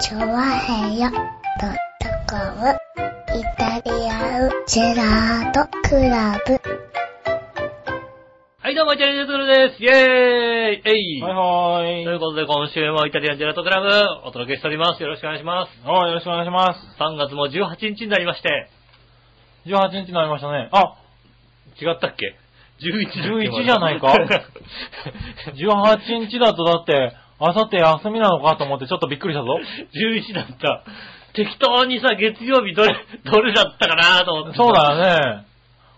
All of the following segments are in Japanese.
チョワヘヨドットコムイタリアンジェラートクラブ。はい、どうも、イタリアンジェラートクラブです。イェーイえい、はいはとい。いうことで、今週もイタリアンジェラートクラブ、お届けしております。よろしくお願いします。あよろしくお願いします。 3月も18日になりまして、 18日になりましたね。あ、違ったっけ ?11 だっけ11じ ゃないか18日だとだって、あさって休みなのかと思ってちょっとびっくりしたぞ。 11だった。適当にさ、月曜日どれ、 どれだったかなと思って。そうだよね。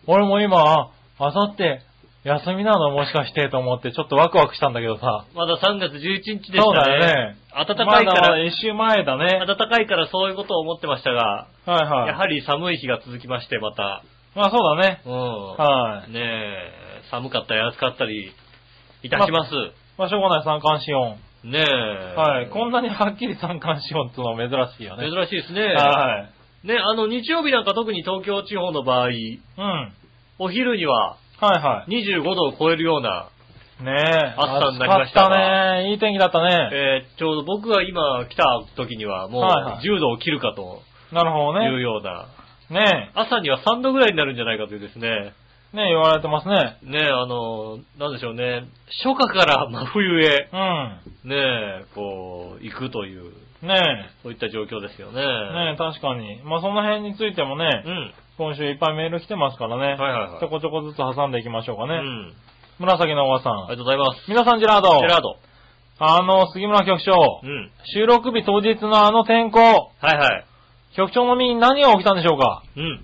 俺も今、あさって休みなのもしかしてと思ってちょっとワクワクしたんだけどさ。まだ3月11日でしたね。そうだよね。暖かいかまだまだら、一週前だね。暖かいからそういうことを思ってましたが、はいはい。やはり寒い日が続きまして、また。まあそうだね。うん。はい。ねえ、寒かったり暑かったりいたします。まあしょうがない三寒四温。ねえ。はい。こんなにはっきり三寒四温ってのは珍しいよね。珍しいですね。はい。ね、あの、日曜日なんか特に東京地方の場合、うん。はいお昼にははい。 25度を超えるような、ねえ。暑さになりました暑かったね。いい天気だったね。えーちょうど僕が今来た時にはもうはいはい10度を切るかとなるほどいうね。ような、ね朝には3度ぐらいになるんじゃないかというですね、え。ねえ、言われてますね。ね、あの、なんでしょうね、初夏から真冬へ、うね、こう、行くという、ん。ねそういった状況ですよね。え。ねえ、確かに。まあ、その辺についてもね、うん。今週いっぱいメール来てますからね。はいはいはいちょこちょこずつ挟んでいきましょうかうね。ん。紫のおばさありがん。とうございます。皆さん、ジェラード。ジェラード。あの、杉村局長う。ん。収録日当日のあの天候。はいはい。局長の身に何が起きたんでしょうかうん。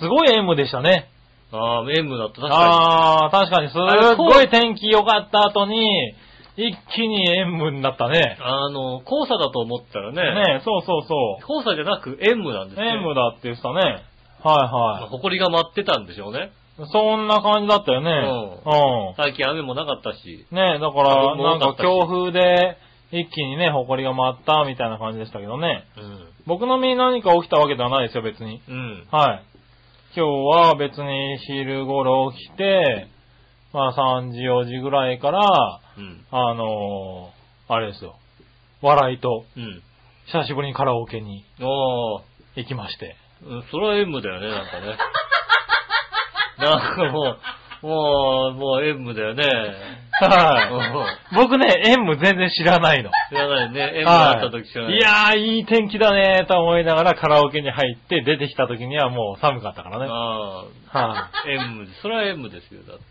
すごいエムでしたね。ああ、ムだった。確かああ、確かにすっごい天気良かった後に、一気に塩分になったねに。。あの、黄砂だと思ったらね。ねえ、そうそうそ黄砂じゃなく塩分なんですう。ね。塩分だ。だって言ってたね。はいは埃が舞ってたんでしょうね。い。そんな感じだったよね。う最近雨もなかったし。ん。ねえ、だか多ら、分もうなん多かかったし強風で一気にね、埃が舞ったみたいな感じでしたけどね。うん。僕の身に何か起きたわけではないですよ、別に。うん。はい。今日は別に昼頃起きて、まあ3時4時ぐらいから、うん。あのー、あれですよ。笑いと、うん。久しぶりにカラオケにああ、行きまして。うんそれは塩分だよね、なんか ね。なんかもう、もう、もう塩分だよね。はうい。僕ね、演舞全然知らないの。ん知らないね。塩分はあいった時知らない。い。やー、いい天気だねーと思いながらカラオケに入って出てきた時にはもう寒かったからね。あはあ、塩分。それは塩分ですよ、だって。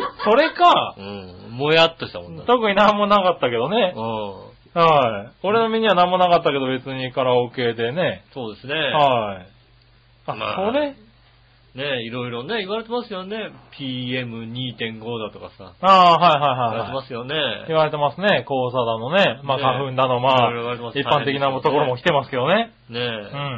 い。それか、うん。もやっとしたもんだって。特になんもなかったけどね。うん。はい。俺の身にはなんもなかったけど別にカラオケでね。そうですね。はい。まあ、あそれねいろいろね、言われてますよね。PM2.5 だとかさ。ああ、言はいはわいれはいてはいま。すよね。言われてますね。黄砂だのね。まあ、ね花粉だの、まいろいろ言われてまあ、す一般的なところも来てますけどね。ねえ、う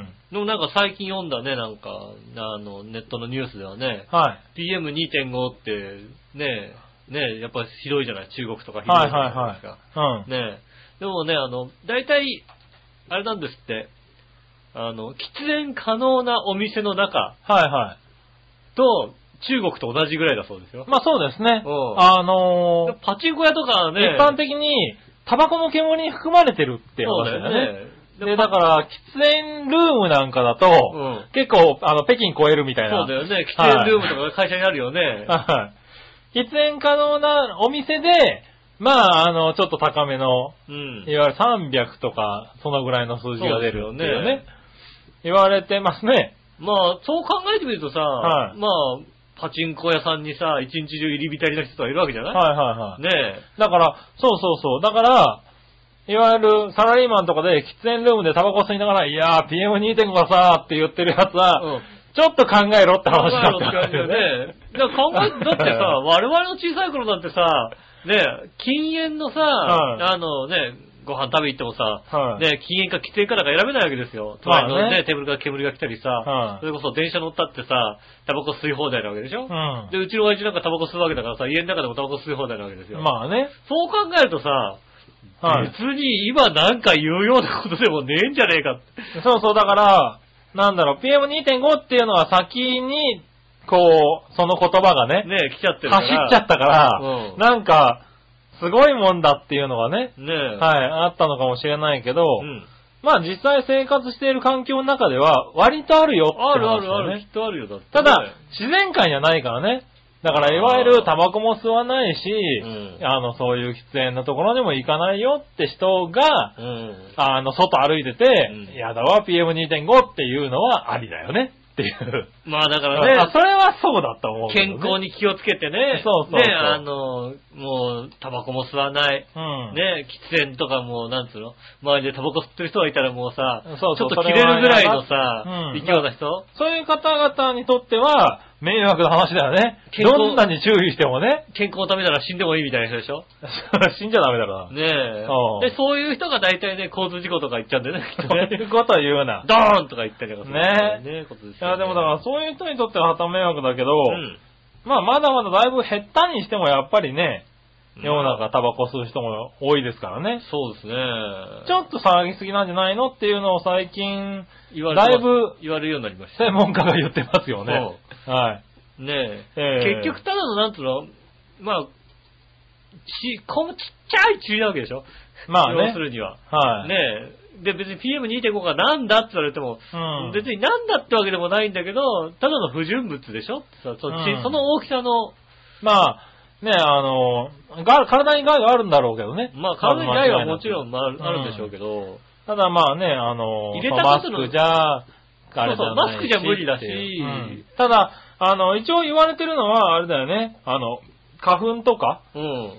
ん。でもなんか最近読んだね、なんか、あの、ネットのニュースではね、はい。 PM2.5 って、ねえ、ねえ、やっぱひどいじゃない中国とかひどいじゃないですか。うん。ねえ。でもね、あの、大体、あれなんですって、あの、喫煙可能なお店の中はいはと、中国と同じぐらいだそうですよい。。まあそうですねう。んあのパチンコ屋とかはーね、一般的に、タバコの煙に含まれてるってそう話だだよよねね。。で、だから、喫煙ルームなんかだと、うん。結構、あの、北京超えるみたいそうな。だよね。喫はい煙ルームとかが会社にあるよね。はい喫煙可能なお店で、まあ、あの、ちょっと高めの、うん。いわゆる300とか、そのぐらいの数字が出るっていそううですよねね。言われてますね。まあ、そう考えてみるとさ、はいまあ、パチンコ屋さんにさ、一日中入り浸りな人がいるわけじゃない、はいはいはい。ねだから、そうそうそう。だから、いわゆるサラリーマンとかで喫煙ルームでタバコ吸いながら、いやー、PM2.5 がさーって言ってるやつえ。は、うん。ちょっと考えろって考話えだろっったて感じんだだよよねね。。だ から考え、だってさ、我々の小さい頃なんてさ、ねえ、禁煙のさ、はいあのね、ご飯食べ行ってもさ、はいねえ、禁煙か喫煙かなんか選べないわけですよ。まあ隣のねね、テーブルから煙が来たりさ、はいそれこそ電車乗ったってさ、タバコ吸い放題なわけでしょ、うで、うちの親父なんかタバコ吸うわけだからさ、家の中でもタバコ吸い放題なわけですよ。ん。まあね。そう考えるとさ、はい。別に今なんか言うようなことでもねえんじゃねえかって。そうそう、だから、なんだろう、PM2.5 っていうのは先に、こう、その言葉がね、ねえ、来ちゃってるか走っら。ちゃったから、うんなんか、すごいもんだっていうのがね、ねえ。はい、あったのかもしれないけど、うん。まあ実際生活している環境の中では割とあるよってあ話だるあよね。るある、きっとあるよ、だって。ただ、自然界にはないからね。だから、いわゆるタバコも吸わないし、うんあの、そういう喫煙のところにも行かないよって人が、うん。あの、外歩いてて、うんやだわ、PM2.5 っていうのはありだよねっていう。まあだかだらねそ、れはそうだと思うけど、健ね。康。に気をつけてね。そうそうそうね、あの、もう、タバコも吸わない。うん。ね、喫煙とかも、なんつうの周りでタバコ吸ってる人がいたらもうさ、そうそうちょっと切れるぐらいのさ、うん勢いな人そういう方々にとっては、迷惑な話だよね。健康どんなに注意してもね、 健康のためなら死んでもいいみたいな人でしょ死んじゃダメだからな。ねえうん。で、そういう人が大体ね、交通事故とか行っちゃうんだ よね、きっそとうねいうことを言うな。ドーンとか言ったりとかするねねことですいよねや、でもだから、そういう人にとっては旗迷惑だけど、うん。まあ、まだまだだいぶ減ったにしてもやっぱりね、世のま中あタバコ吸う人も多いですからね。そうですね。ちょっと騒ぎすぎなんじゃないのっていうのを最近、言われてますだいぶ言われるようになりました。専門家が言ってますよね。はい。ねえ。ええ結局ただの、なんつうのまあ、ち、このちっちゃい注意なわけでしょまあ要ねす。るには。はい。ねえ。で、別に PM2.5 がなんだって言われても、うん別になんだってわけでもないんだけど、ただの不純物でしょってさ、そのちうんその大きさの、まあ、ね、あの、が体に害があるんだろうけどね。まあ、体に害はもちろん。ん、まあ、あるんでしょうけど、ただまあね、あの、入れたことのマスクじゃ、あれじゃないしそうそうマスクじゃ無理だしっていううんただ、あの、一応言われてるのは、あれだよね、あの、花粉とか、うん。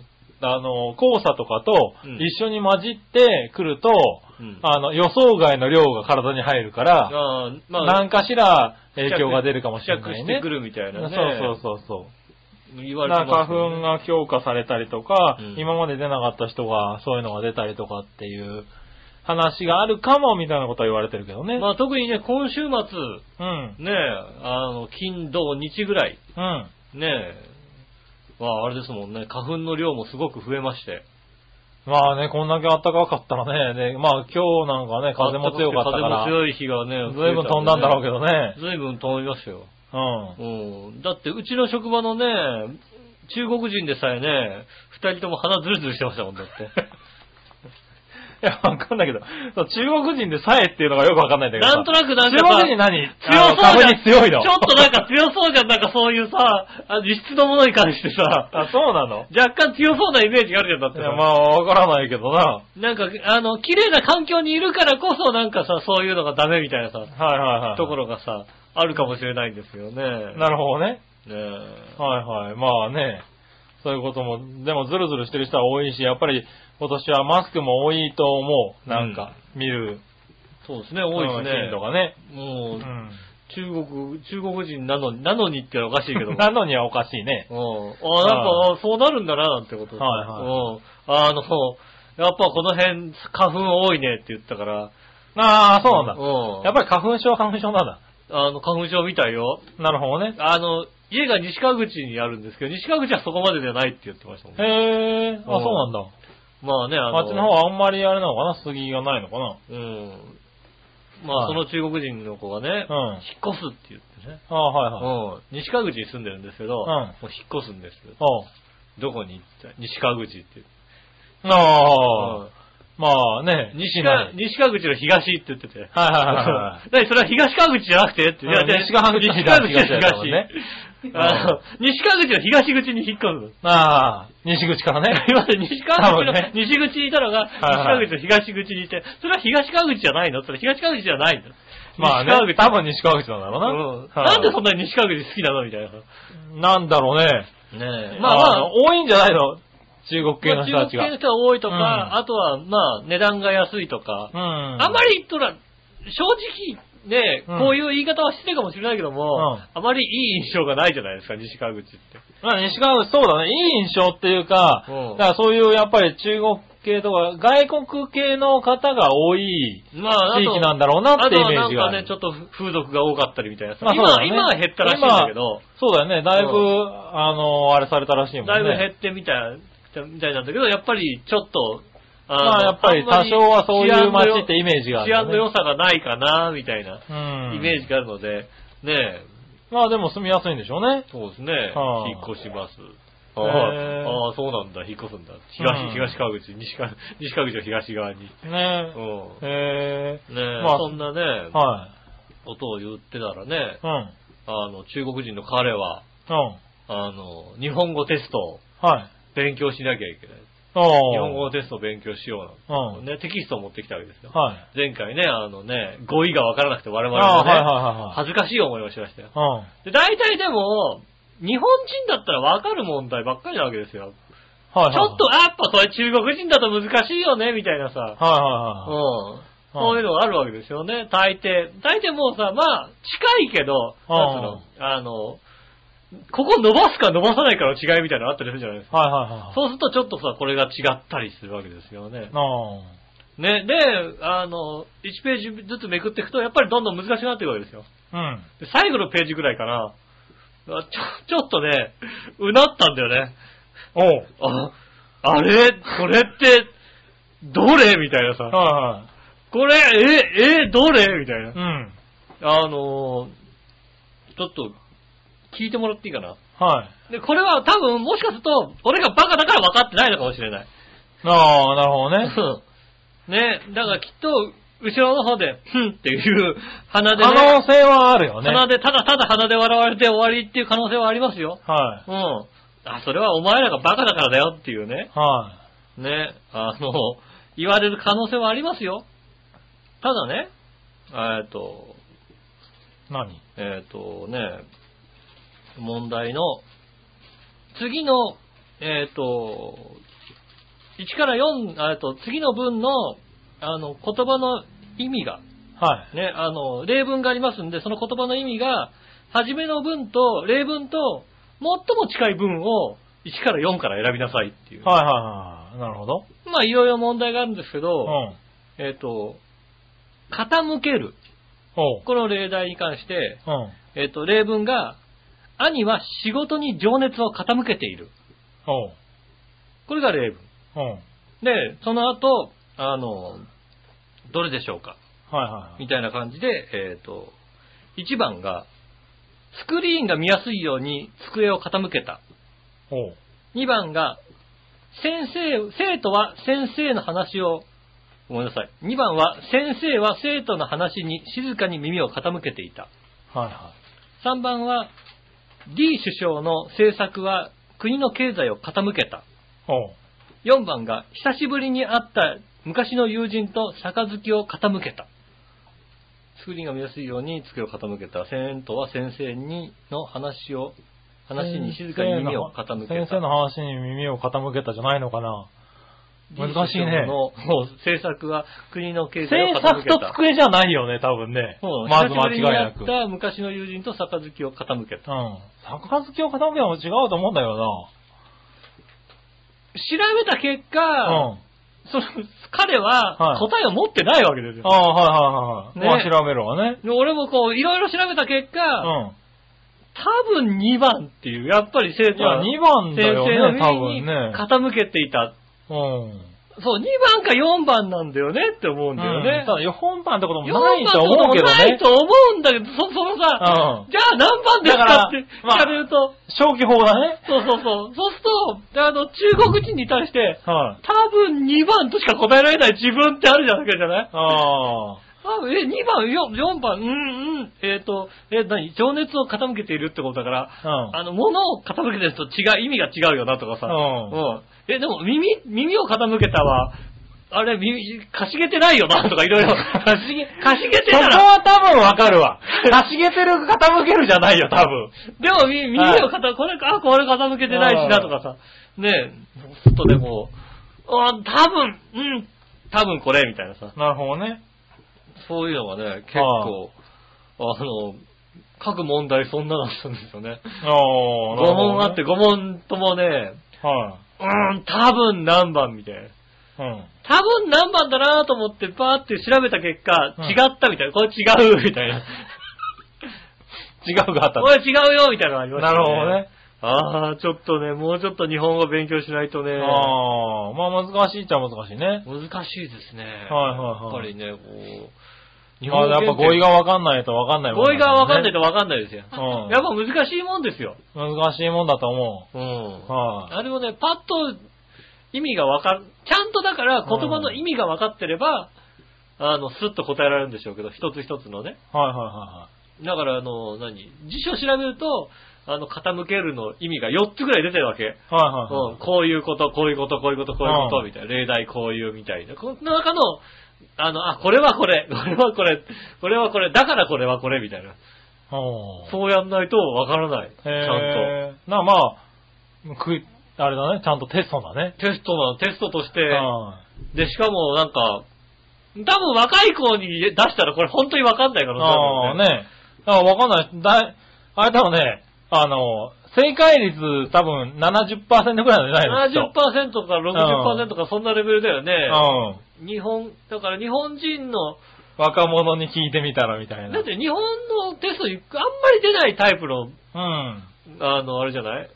あの、黄砂とかとうん一緒に混じってくると、うんあの、予想外の量が体に入るから、あーまあ、何かしら影響が出るかもしれ付な着いしね。てくるみたいなね。そうそうそうそう。う。言わだれかてまら花すよね粉が強化されたりとか、うん今まで出なかった人がそういうのが出たりとかっていう話があるかもみたいなことは言われてるけどね。まあ特にね、今週末、うん。ね、あの、金、土、日ぐらい、うん。ね、はあれですもんね、花粉の量もすごく増えまして。まあね、こんだけ暖かかったらね、でまあ今日なんかね、風も強かったか風もら、強い日がね、 ずいぶん飛んだんだろうけどね。ど。ずいぶん飛びましたよ。ううん。ん。だって、うちの職場のね、中国人でさえね、二人とも鼻ズルズルしてましたもんだ って。いや、わかんないけど、そう中国人でさえっていうのがよくわかんないんだけどさ。なんとなくなんか中さ国人何強そうじゃんあの株に強いの。ちょっとなんか強そうじゃん、なんかそういうさ、あの異質のものに関してさ、 あ、そうなの若干強そうなイメージがあるじゃん、だっていさ。や、まあ、わからないけどな。なんか、あの、綺麗な環境にいるからこそなんかさ、そういうのがダメみたいなさ、はいはいはい。ところがさ、あるかもしれないんですよね。ねなるほどね。えはいはい。まあね。そういうことも、でもズルズルしてる人は多いし、やっぱり今年はマスクも多いと思う。なんか、見る。そうですね、多いですうんね頻。度がね。もうう、ん。中国、中国人なのに、なのにってのはおかしいけども。 なのにはおかしいね。うん。あなんか、そうなるんだな、なんてこと。はういん。あの、やっぱこの辺、花粉多いねって言ったから。ああ、そうなんだ。うん。やっぱり花粉症、花粉症なんだ。あの、花粉症みたいよ。なるほどね。あの、家が西川口にあるんですけど、西川口はそこまでじゃないって言ってましたもんね。へえ、あ、そううんなんだ。まあね、あの、あっちの方はあんまりあれなのかな杉がないのかなうん。まあ、はいその中国人の子がね、うん引っ越すって言ってね。ああ、はいはい。うん。西川口に住んでるんですけど、うんもう引っ越すんですよ。おうどこに行った西川口って言って。ああ、うんまあね、西な川い西川口の東って言ってて。はいはいはいは 何それは東川口じゃなくてって。うん西川口の西東川口のだもんね東あの西川口の東口に引っ越すの。い。ああ、西口からね。今まで 西川口の、多分ね西口にいたのが、西川はい口の東口にいて、それは東川口じゃないのそれ東川口じゃないのまあね、西多川口分西川口なんだろううんな。なんでそんな、なに西川口好きなのみたいな。なんだろうね。ねままああままあ、あ、多いんじゃないの中国系まのあ人中国たち系が。の人が多いとか、うんあとはまあ、値段が安いとか、うん。あまり言っとら、正直ね、うんこういう言い方はしてるかもしれないけども、うんあまりいい印象がないじゃないですか、西川口って。まあ西川口、そうだね。いい印象っていうか、うんだからそういうやっぱり中国系とか、外国系の方が多い。まあ、あと地域なんだろうなってイメージがああとはなんかるね、ちょっと風俗が多かったりみたいなさ。まあそう今だは、ね今は減ったらしいんだけど、そうだよね。だいぶ、うあの、あれされたらしいもんね。だいぶ減ってみたい、みたいなんだけど、やっぱりちょっと、あのまあやっぱり多少はそういう街ってイメージがあ治安る、のね。良さがないかな、みたいなうん。イメージがあるので、ねえ、まあでも住みやすいんでしょうね。そうですね、はあ引っ越します。あへーあ、ああそうなんだ、引っ越すんだ。東、うん東川口、西川、西川口を東側に。ねうん。え。へねえ、まあそんなね、え。は音を言ってたらねい。、うん。うん。あの、中国人の彼は、あの、日本語テストをはい。勉強しなきゃいけない。おー日本語のテストを勉強しようなんて、うんね、テキストを持ってきたわけですよ。はい。前回ね、あのね、語彙がわからなくて我々あもあ、はいね、は恥ずかしい思いをしましたよ。いはいはい。で、大体でも、日本人だったらわかる問題ばっかりなわけですよ。うん。はいはいはい。ちょっと、あやっぱそれ中国人だと難しいよね、みたいなさ。はいはうんいはい。。そういうのがあるわけですよね、大抵。大抵もうさ、まあ、近いけど、うんなんつうの、あの、ここ伸ばすか伸ばさないかの違いみたいなのあったりするじゃないですか。はいはいはい。そうするとちょっとさ、これが違ったりするわけですよね。あね、で、あの、1ページずつめくっていくと、やっぱりどんどん難しくなっていくわけですよ。あ。うん。で最後のページぐらいかな、あちょ、ちょっとね、うなったんだよね。おう。あ、あれこれって、どれみたいなさ。はこれ、え、え、どれみたいいはい。うな。ん。あのーちょっと、聞いてもらっていいかな。はい。で、これは多分、もしかすると、俺がバカだから分かってないのかもしれない。ああ、なるほどね。うんね、だからきっと、後ろの方で、ふんっていう、鼻で、ね、可能性はあるよね。鼻で、ただただ鼻で笑われて終わりっていう可能性はありますよ。はうん。あ、それはお前らがバカだからだよっていうね。い。はね。あの、言われる可能性はありますよ。ただね、えっと、い。何えっとね、問題の、次の、えっと、1から4、えっと、次の文の、あの、言葉の意味が、はね、あの、例文がありますんで、その言葉の意味が、初めの文と、例文と、最も近い文を、1から4から選びなさいっていい。う。はいはいはい。なるほど。まあ、いろいろ問題があるんですけうん。ど、えっ、と、傾ける。おう。この例題に関して、うん。えっ、と、例文が、兄は仕事に情熱を傾けている。おう。これが例文。うん。で、その後、あの、どれでしょうかはいはい。みたいな感じで、えっ、と、1番が、スクリーンが見やすいように机を傾けた。おう。 2番が、先生、生徒は先生の話を、ごめんなさい。2番は、先生は生徒の話に静かに耳を傾けていた。はいは3番は、D 首相の政策は国の経済を傾けた。い。おう。 4番が、久しぶりに会った昔の友人と杯を傾けた。スクリーンが見やすいように机を傾けた。生徒は先生にの話を、話に静かに耳を傾けた。先生の話に耳を傾けたじゃないのかな。難しいねのもう政策は国の経済を傾け制た。作と机じゃないよね、多分ね。そうまず間違いな久しぶく。りに会っうん。た昔の友人と杯を傾けた。逆付きを傾けても違うと思うんだよ調べた結果、な。うん。その彼ははい答えを持ってないわけですよ。ああ、はいはいはいはい。ねまあ調べるわね。で俺もこう、いろいろ調べた結う果、ん。多分2番っていう、やっぱり生い徒や、は2番だ先よ生ね、の多耳分にね。傾けていた。うん。そう、2番か4番なんだよねって思うんだよねた。だ、4番ってことも4な番いってとことも思うけどないね。と思うんだけど、そ、そのうさ、ん。じゃあ何番ですかってだから聞かれると、消去法だね。そうそうそう。そうすると、あの、中国人に対して、はい。多分2番としか答えられない自分ってあるじゃないじゃないああ。あ、え、2番、4, 番、うん、うん、えっ、と、え、何情熱を傾けているってことだから、うん。あの、物を傾けてると違う、意味が違うよなとかさ、うんえ、でも耳、耳を傾けたは、あれ、耳、かしげてないよなとかいろいろ、 かしげ、かしげてそこたら、は多分わかるわ。かしげてる、傾けるじゃないよ、多分。でもみ耳を傾、これ、あ、これ傾けてないしなとかさ、ねえ、ちょっとでも、あ、多分、うん、多分これ、みたいなさ、なるほどね。そういうのがね、結構、あの、各問題そんなだったんですよね。あ5あ、なるほど、ね。問あって5問ともね、はうーん、多分何番みたいな。い。うん。多分何番だなと思ってバーって調べた結果、うん違ったみたいな。これ違うみたい な。違うがあったこれ違うよみたいなのがありましたなるほどね。。ああ、ちょっとね、もうちょっと日本語勉強しないとね、ああ、まあ難しいっちゃ難しいね。難しいですね。はいはいはいやっぱりね、こう、日まあ本や語検っぱ定語彙がわかんないとわかんないもん語彙がわかんないと。とわかんないですよ。うんやっぱ難しいもんですよ。難しいもんだと思うんう。。はい、あれをね、パッと意味がわかる。ちゃんとだから言葉の意味がわかってれば、あの、スッと答えられるんでしょうけど、一つ一つのね。はいはいはだから、あの、何辞書調べると、あの、傾けるの意味が4つぐらい出てるわけ。いはい。はいはいはういん、こういうこと、こういうこと、こういうこと、こういうこうと、んみたいな。例題こういうみたいな。この中の、あの、あ、これはこれ、こ れはこれ、これはこれ、だからこれはこれ、みたいな。おー。そうやんないとわからない。ちゃんと。へーな、まあ、く、あれだね、ちゃんとテストだね。テストな、テストとして、はで、しかもなんか、多分若い子に出したらこれ本当にわかんないかいらああ、ね。あわかんない。だい、あれ多分ね、あの、正解率多分70%くらいなんじゃないのきっと70%か60%かそんなレベルだよね。うん。日本、だから日本人の、若者に聞いてみたらみたいな。だって日本のテストにあんまり出ないタイプの、うん。あの、あれじゃない、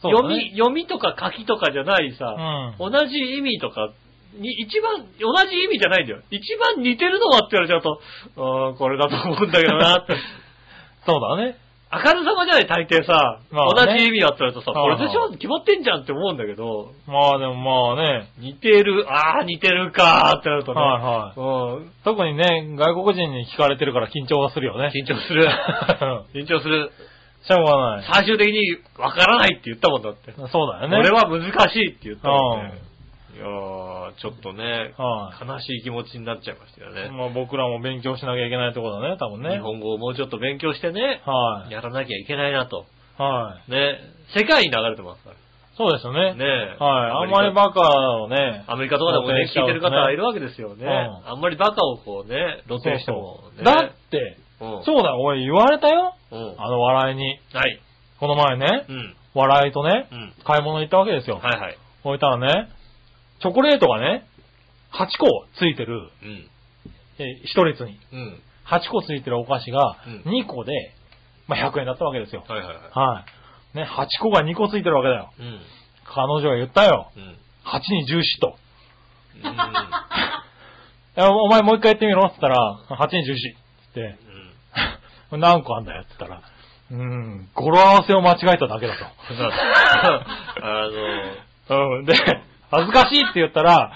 そうだ読みね、読みとか書きとかじゃないさ、う同じ意味とか、に一番、同じ意味じゃないんだよ。一番似てるのはって言われちゃうと、うーん、これだと思うんだけど なって。ん。そうだね。明るさまじゃない、大抵さ。まあね同じ意味だったらとさ、はあこはあれでしょ決まってんじゃんって思うんだけど、まあでもまあね。似てる、あー似てるかーってなるとね、はいはい。うん、特にね、外国人に聞かれてるから緊張はするよね。 緊張する。 し緊張する。ょうがない。最終的にわからないって言ったもんだって。そうだよね。俺は難しいって言ったもんね。いやー、ちょっとね、は悲しい気持ちになっちゃいましたよね。まあ僕らも勉強しなきゃいけないところだね、多分ね。日本語をもうちょっと勉強してね、はい。やらなきゃいけないなと。はい。ね、世界に流れてますかそうですよね。ら。ねはい。あんまりババカをね。アメリカとかでもね、聞いてる方はいるわけですよね。うんあんまりバカをこうね、露呈してもそうね。そうだって、うん、そうだ、俺言われたよ。うん。あの笑いに。はい。この前ねう、ん。笑いとねう、ん。買い物行ったわけですよ。はいはい。置いたらね、チョコレートがね、8個ついてる、うん。えー一列に。うん。 8個ついてるお菓子がうん2個で、まあ、100円だったわけですよ。はいはいはい。はい。ね、8個が2個ついてるわけだよ。うん。うん。彼女は言ったよ。うん。 8に14と。えお前もう一回やってみろって言ったら、8に14ってうん。言って、 何個あんだよって言ったら、うーん、語呂合わせを間違えただけだ あの、と。うん、で、恥ずかしいって言ったら、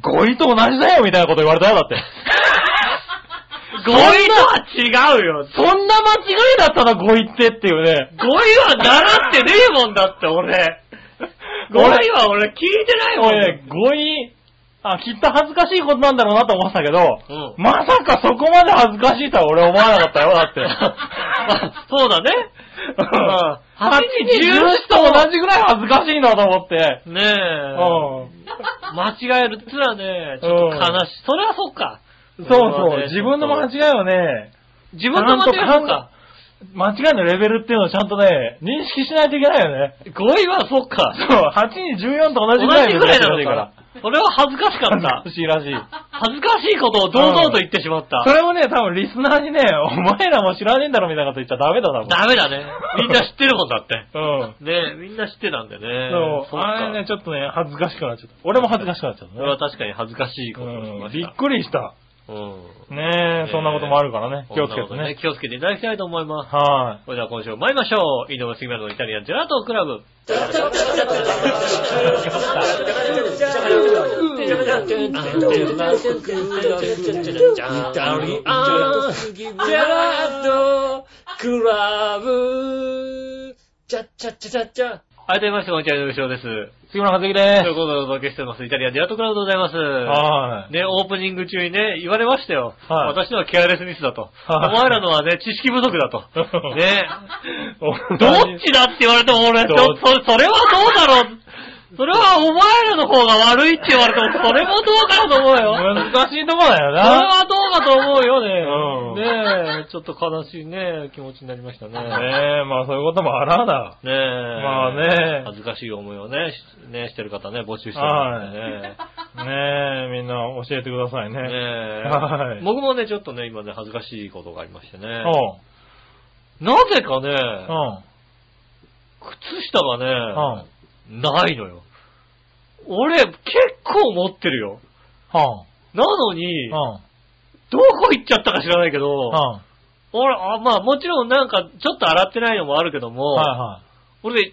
語彙と同じだよみたいなこと言われたよ、だって。 語彙とは違うよ。そんな間違いだったの、語彙ってっていう ね。語彙は習ってねえもんだって、俺。語彙は 俺聞いてないもん俺ね、語彙、あ、きっと恥ずかしいことなんだろうなと思ってたけど、うん。まさかそこまで恥ずかしいとは俺思わなかった よ、だって。あ そうだね。 8に10と同じぐらい恥ずかしいなと思って。ねえ。うん。間違えるってのはね、ちょっと悲しい。それはそっか。そうそう、自分の間違違いをね、自分の間違いはそうか。間違いのレベルっていうのをちゃんとね、認識しないといけないよね。語彙はそっか。そう、8に14と同同じじぐぐららいいのなのかな。それは恥ずかしかっ恥たず。かしいらしい。恥ずかしいことを堂々と言ってしまった。それもね、多分リスナーにね、お前らも知らねえんだろみたいなこと言っちゃダメだ、多分。ダメだね。みんな知ってるもんだって。うん。 ねみんな知ってたんでね。そう、っかあれね、ちょっとね、恥ずかしくなっちゃった。俺も恥ずかしくなっちゃったそれはね。確かに恥ずかしいことをしうまん、し。びったくりした。うん。ねねえ、えそんなこともあるからね。気をつけこてんなことねね。気をつけていただきたいと思います。はそれでは今週も参りましょう。井上杉村のイタリアンジェラートクラブ。はい、どうもみなさん、こんにちは、井上翔です。い。杉村和樹でということでお届けしております。イタリアンジェラートクラブでございます。す。 はい。ね、オープニング中にね、言われましたよ。はい私のはケアレスミスだと。おはい前らのはね、知識不足だ と。ね。 おどっちだって言われても俺、ちどょっそそれはどうだ ろう。それはお前らの方が悪いって言われても、それもどうかなと思うよ。難しいとこだよそれな。はどうかと思うよね。ねえ、ちょっと悲しいね、気持ちになりましたね。ねえ、まあそういうこともあらだ。ねえ。まあね恥ずかしい思いをね、しねしてる方ね、募集してますんでね。ねえ、みんな教えてくださいねね。えはい僕もね、ちょっとね、今ね、恥ずかしいことがありましてね。うん。なぜかね、うん。靴下がね、うん。ないのよ。俺、結構持ってるよ。うん。なのに、うん。どこ行っちゃったか知らないけど、は俺、あまあもちろんなんかちょっと洗ってないのもあるけども、いは俺、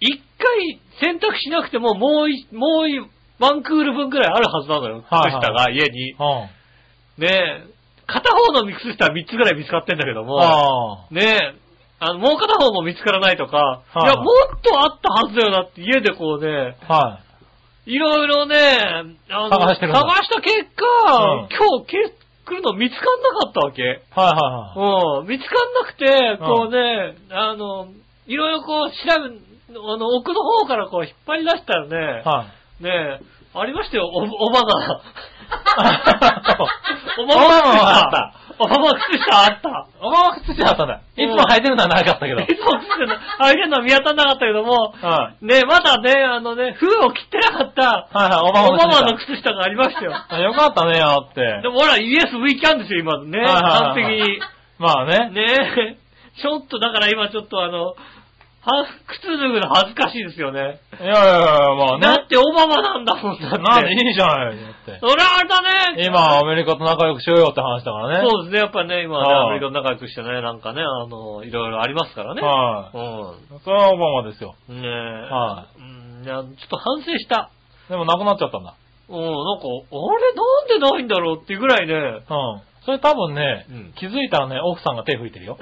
一回洗濯しなくてももうい、もうい、ワンクール分くらいあるはずなのよ。靴はいはい下が家にい。。はねえ、片方の靴下は3つぐらい見つかってんだけどい。も、ああ。ねえ、あの、もう片方も見つからないとか、いはいや、もっとあったはずだよなって家でこうね、はいろいろね、あの探してるんだ探した結果、うん今日け来るの見つかんなかったわけ。い。はいはいはい。うん、見つかんなくて、こうね、あの、いろいろこう調べ、あの、奥の方からこう引っ張り出したらね、はい。ねえ、ありましたよ、お、おば が。おばおばががあった。おばが靴下あった。おばは靴下だったんだよ。うんいつも履いてるのはなかったけど。いつも靴下の、あれのは見当たんなかったけども、はい。ねえ、まだね、あのね、封を切ってなかった、はいはい、おおばはば靴下。の靴下がありま したよ。あよかったね、よってで。もほら、イエス・ウィキャンですよ、今ね。はい完はいはい璧に。まあね。ね え、ちょっとだから今ちょっとあの、は、靴脱ぐの恥ずかしいですよね。いやいやいや、まあね。だってオバマなんだもんだって。なんでいいじゃないよってそ。れはあれだね。今、アメリカと仲良くしようよって話だからね。そうですね、やっぱね、今ね、はアいメリカと仲良くしてね、なんかね、あの、いろいろありますからね。はうい。それはオバマですよ。ん。ねえ。はうん、いや、ちょっと反省した。でも亡くなっちゃったんだ。うん、なんか、あれなんでないんだろうっていうぐらい ね。うん。それ多分ねうん、気づいたらね、奥さんが手拭いてるよ。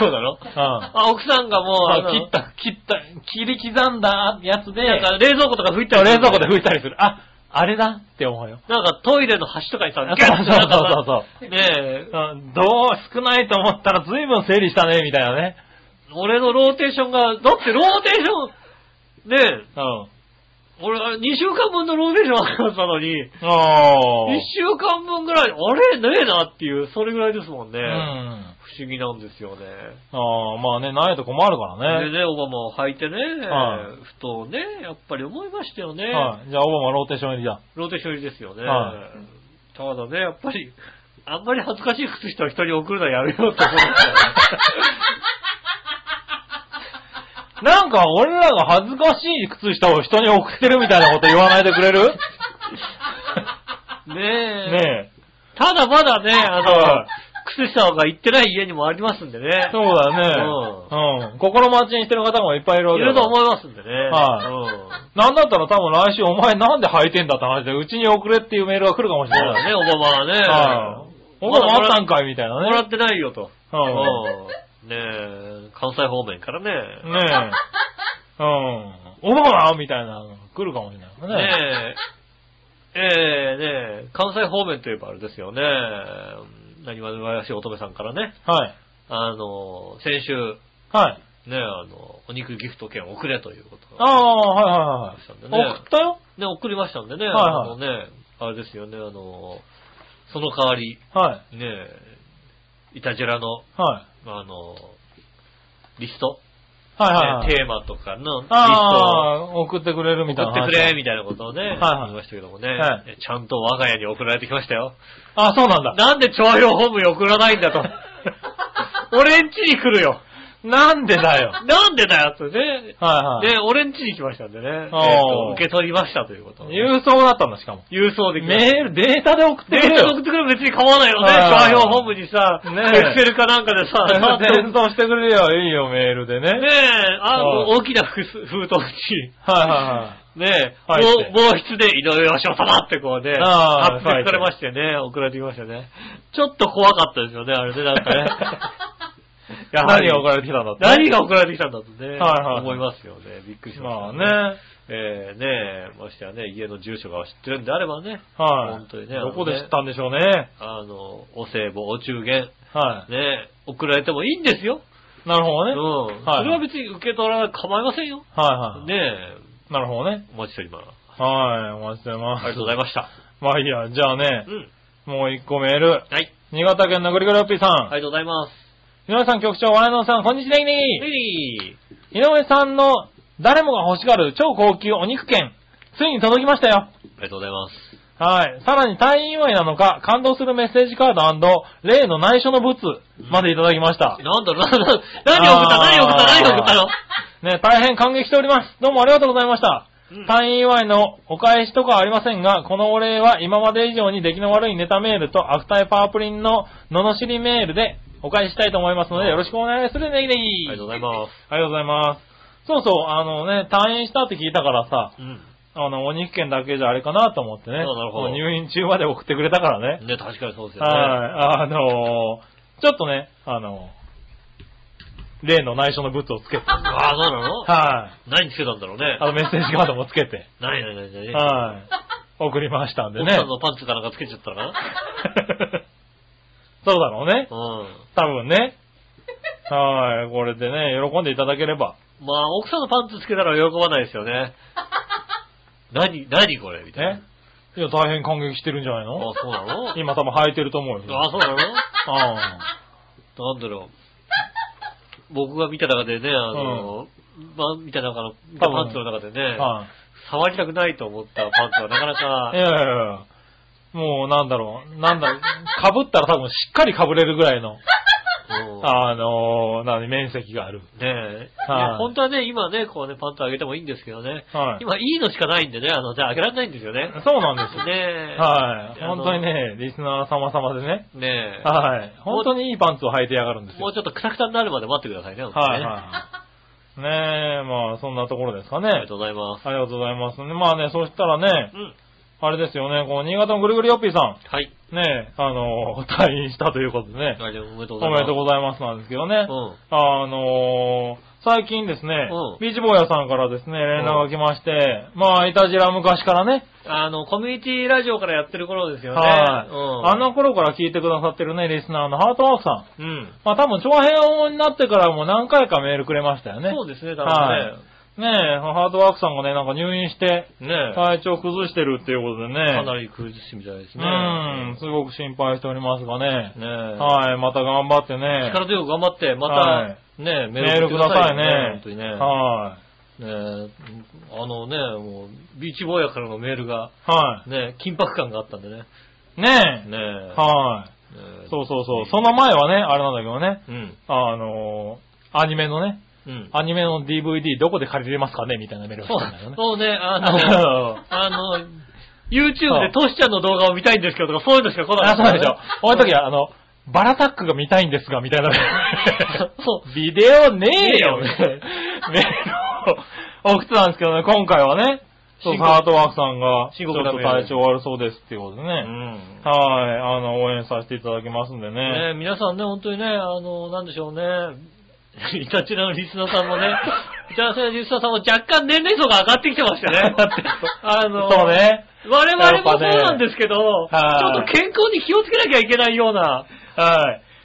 そうだろうんあ、奥さんがもう、あの切った、切った、切り刻んだやつで、なんか冷蔵庫とか拭いた冷りする蔵庫で拭いたりする。あ、あれだって思うよ。なんかトイレの端とかにさ、そうギャッそてうなんかそうそう。さねえ、うんどう、少ないと思ったら随分整理したね、みたいなね。俺のローテーションが、だってローテーション、ねえ、うん。俺、あれ2週間分のローテーションあったのに、あ1週間分ぐらい、あれねえなっていう、それぐらいですもんね。あ。うん。不思議なんですよね。ああ、まあね、ないと困るからでね。ね、オバマを履いてね、はいふとね、やっぱり思いましたよね。はい。じゃあ、オバマローテーション入りだ。ローテーション入りですよね。はただね、やっぱり、あんまり恥ずかしい靴下を人に送るのはやめようと思ったよね。なんか、俺らが恥ずかしい靴下を人に送ってるみたいなこと言わないでくれるねえ。 ねえ。ただまだね、あはのい、靴下が行ってない家にもありますんでね。そうだね。うん。心待ちにしてる方もいっぱいいるわいけるだとから思いますんでね。はなんだったら多分来週お前なんで履いてんだって話で、うちに送れっていうメールが来るかもしれうん。そうだない。 ね、オバマはね。はい。オバマあったんかいみたいなもらね。ってないよと。ううん。ねえ、関西方面からね。ねえ。うん。オバマみたいなのが来るかもしれないからね。ねえ、ええねえ、関西方面といえばあれですよね。何わわやしい乙女さんからね。はい。あの、先週、はい。ねえ、あの、お肉ギフト券を送れということ。ああ、はいはいはい。送ったよね、送りましたんでね、はいはいあのね、あれですよね、あの、その代わり、はね、イタジェラの、い。はい。あの、リスト、はいはいはい。ねテーマとかのリスあトあ、送ってくれるみたいをな送話。ってくれ、みたいなことをね、いはい言いましたけどもね、はちゃんと我が家に送られてきましたよ。あ、そうなんだ。なんで徴用本部に送らないんだ と。俺ん家に来るよ。なんで だよ。なんでだよってね。はいはい。で、俺ん家に来ましたんでね、えっあーと受け取りましたということをね、郵送だったんだ、しかも。郵送できましたメール、データで送ってデくーれタ送っよ。てくれも別に構わないよね。はい商標本部にさ、ねエクセルかなんかで さ、ちゃんと 伝送してくれよ。いいよ、メールでねね。え、あの、は大きな封筒封筒に、はいはいはい。ねえ、はいもう毛筆で井上芳雄様ってこうね、あー発表されましてね、送られてきましたね。ちょっと怖かったですよね、あれね、なんかね。 やはり何が送られてきたんだって。何が送られてきたんだとね、はいはい思いますよね。びっくりしままあした、ね。。えー、ねえ、ましてやね、家の住所が知ってるんであればね、はい。本当にねどこで知ったんでしょうね。あの、お歳暮、お中元、はねえ、送られてもいいんですよ。い。なるほどね。うはいん。それは別に受け取らない構いませんよ。はい。ねえ、なるほどね。お待ちしております。はい。お待ちしてます。ありがとうございました。まあいいや、じゃあねう、ん。もう一個メール。はい。新潟県のぐりぐりおっぴーさありがん。とうございます。皆さん局長、笑いのおっさん、こんにちは、ネギネギねぎ井上さんの誰もが欲しがる超高級お肉券、ついに届きましたよ。ありがとうございます。はい。さらに退院祝いなのか、感動するメッセージカード例の内緒のブツまでいただきました。なんだろう、なんだろう、何送った、あー何送った、何送ったのね、大変感激しております。どうもありがとうございました。うん退院祝いのお返しとかはありませんが、このお礼は今まで以上に出来の悪いネタメールとアフターパープリンの罵りメールでお返ししたいと思いますので、よろしくお願いするねぎねぎ。。りがとうございますありがとうございます。そうそう、あのね、退院したって聞いたからさ、うん。あの、お肉券だけじゃあれかなと思ってあね。なるほどもう入院中まで送ってくれたからね。ね、確かにそうですよね。はい。あのーちょっとね、あのー例の内緒のブツをつけて。はい。ああ、そうなのあ何つけたんだろうね。のメッセージカードもつ けて。何何何何はい。送りましたんで奥ねさ。んのパンツかなんかつけちゃったのかな そうだろうね。う多分ね。はい。これでね、喜んでいただければ。ん。まあ、奥さんのパンツつけたら喜ばないですよ ね。何、何これみたいなね。。いや、大変感激してるんじゃないあのそうなの今多分履いてると思うよ。あそうなのあなんだろう。僕が見た中でね、あの、まあ、見た中の、見た多分パンツの中でね、はい。触りたくないと思ったパンツはなかないか、 やいやいや。もうなんだろう、なんだろう、かぶったら多分しっかりかぶれるぐらいの、うんあのー、何、面積がある。ねえ。はいいや本当はね、今ね、こうね、パンツ上げてもいいんですけどね。はい。今、いいのしかないんでね、あの、じゃあ上げられないんですよね。 そうなんですよ。ねえ。はい。あの本当に。ね、リスナー様様でね。ねえ。はい。本当にいいパンツを履いてやがるんですもよう。ちょっとクタクタになるまで待ってくださいね。本当にはねいはい。ねえ、まあそんなところですかね。ありがとうございます。ありがとうございます。まあね、そしたらねう、ん。あれですよね、こう、新潟のぐるぐるよっぴーさはい。ん、ねえ、あのー、退院したということでね、ありがとうおめでとうおございまめす。でとうございますなんですけどね。うん。あのー、最近ですね、うんビーチボーヤさんからですね、連絡が来まして、まあ、いたじら昔からね、あの、コミュニティラジオからやってる頃ですよね。はい、うん。あ、の頃から聞いてくださってるね、リスナーのハートワークさうん。ん。まあ、多分、長編音になってからも何回かメールくれましたよね。そうですね、多はい分ねえ、ハートワークさんがね、なんか入院して、ね。ねえ。体調崩してるっていうことでね、かなり空しみたいですうね。ん、すごく心配しておりますがね、ねえ。はい、また頑張ってね、力強く頑張って、また、はいね、メメールくださいね。本当にね。はねあのね、もう、ビーチボーヤからのメールが、い、はね、緊迫感があったんでね。い、ねえ、ねはい。ねそうそうそう。その前はね、あれなんだけどね、うん。あのーアニメのね、うん。アニメの DVD どこで借りれますかねみたいなメールがそ来たんだようね。そうね、あの、ああの、YouTube でトシちゃんの動画を見たいんですけどとか、そういうのしか来ない。あ、そうでしょ。俺の時は、あの、バラタックが見たいんですが、みたいな。そう。ビデオねえよ、みたいなメールを送ってたんですけどね、今回はね、そう深刻ハートワークさんが、ち深ょ刻っなとメール体調悪そうですっていうことでね。うん。はい、あの、応援させていただきますんでねね。皆さんね、本当にね、あの、なんでしょうね、 イタチラのリスナーさん もね、イタチラのリスナーさんも若干年齢層が上がってきてました ね上がってきた。あの、そうね。我々もそうやっぱねなんですけど、ちょっはいと健康に気をつけなきゃいけないような、はい。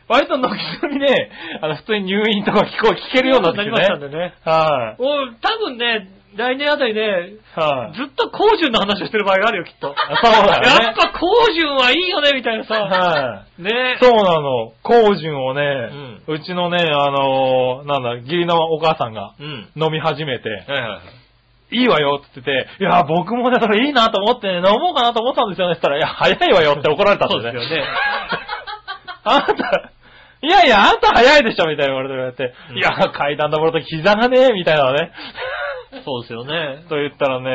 割と軒並みね、あの、普通に入院とか聞こう、聞けるようになってなきりてましたんね。でね。はい。もう多分ね、来年あたりね、はい。ずっと高純の話をしてる場合があるよ、きっと。あそうだよね。やっぱ高純はいいよね、みたいなさ。はねい。そうなの。コウジュンをね、ううちのね、あのーなんだ、義理のお母さんがうん。飲み始めて、はいはい。いいわよって言ってて、いや、僕もね、それいいなと思ってね、飲もうかなと思ったんですよね。したら、いや、早いわよって怒られたんそうだでよすね。よね。 あんた、いやいや、あんた早いでしょみたいな言われて言われて、うんいや、階段登ると膝がねみたいなね。そうですよね。と言ったらうんね、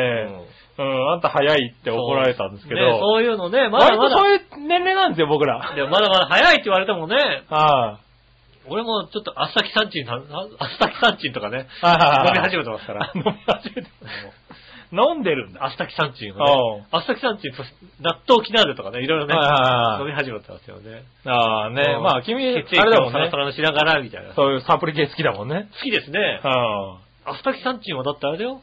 うん、あんた早いって怒られたんですけど、ねそういうのね、まだ割まとだそ、ういう年齢なんですよ、僕ら。でもまだまだ早いって言われてもね、あ俺もちょっとあっさきさんちん、ああっさきさんちんとかね、あ。あ飲あみ始めてますから。 飲み始めて飲んでるんだ。あっさきさんちんおをねう、あっさきさんちんと納豆キナールとかね、いろいろね、はいはいはい飲み始めてますよね。ああねう、んまあ君、あ血液れだもをんサラねサ。ラにしながら、みたいな。好そういうサプリ系好きだもんね。きですね。はアスタキサンチンはだってあれだよ。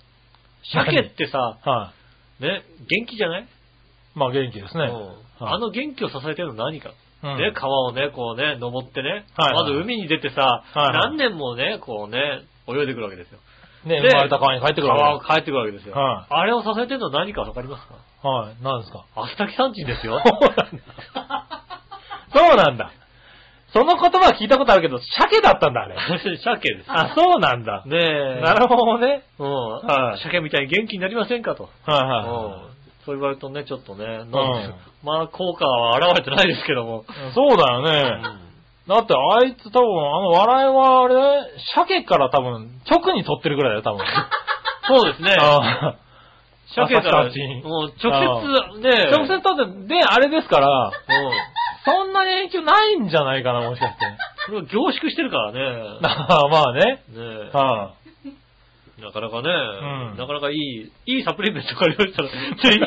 鮭ってさ、あ、はい、ね、元気じゃない、まあ元気ですね。うんあの元気を支えてるのは何か。うんね、川をね、こうね、登ってね、はいはいまず海に出てさ、いはい何年もね、こうね、泳いでくるわけですよ。ね、で生まれた川に帰ってくる川をわ帰ってくるわけですよ。はあれを支えてるのは何かわかりますかけ。はい、なんですか。 アスタキサンチンですよ。そうなんだ。その言葉は聞いたことあるけど、鮭だったんだ、あれ。鮭です。あ、そうなんだ。ねえ。なるほどね。うん、はい鮭みたいに元気になりませんかと。はういはいはんそう言われるとね、ちょっとね、なんでうんまあ、効果は現れてないですけども。い。そうだよね。だってあいつ多分、あの笑いはあれ だね、鮭から多分、直に取ってるぐらいだよ、多分。そうですね。ああ鮭から、浅草寺にもう直接、ね 直接だって、で、あれですから、もう、そんなに影響ないんじゃないかな、もし かして。それを凝縮してるからね。ああまあね。ねえはなかなかね、んなかなかいい、いいサプリメント借りました ら、ぜい。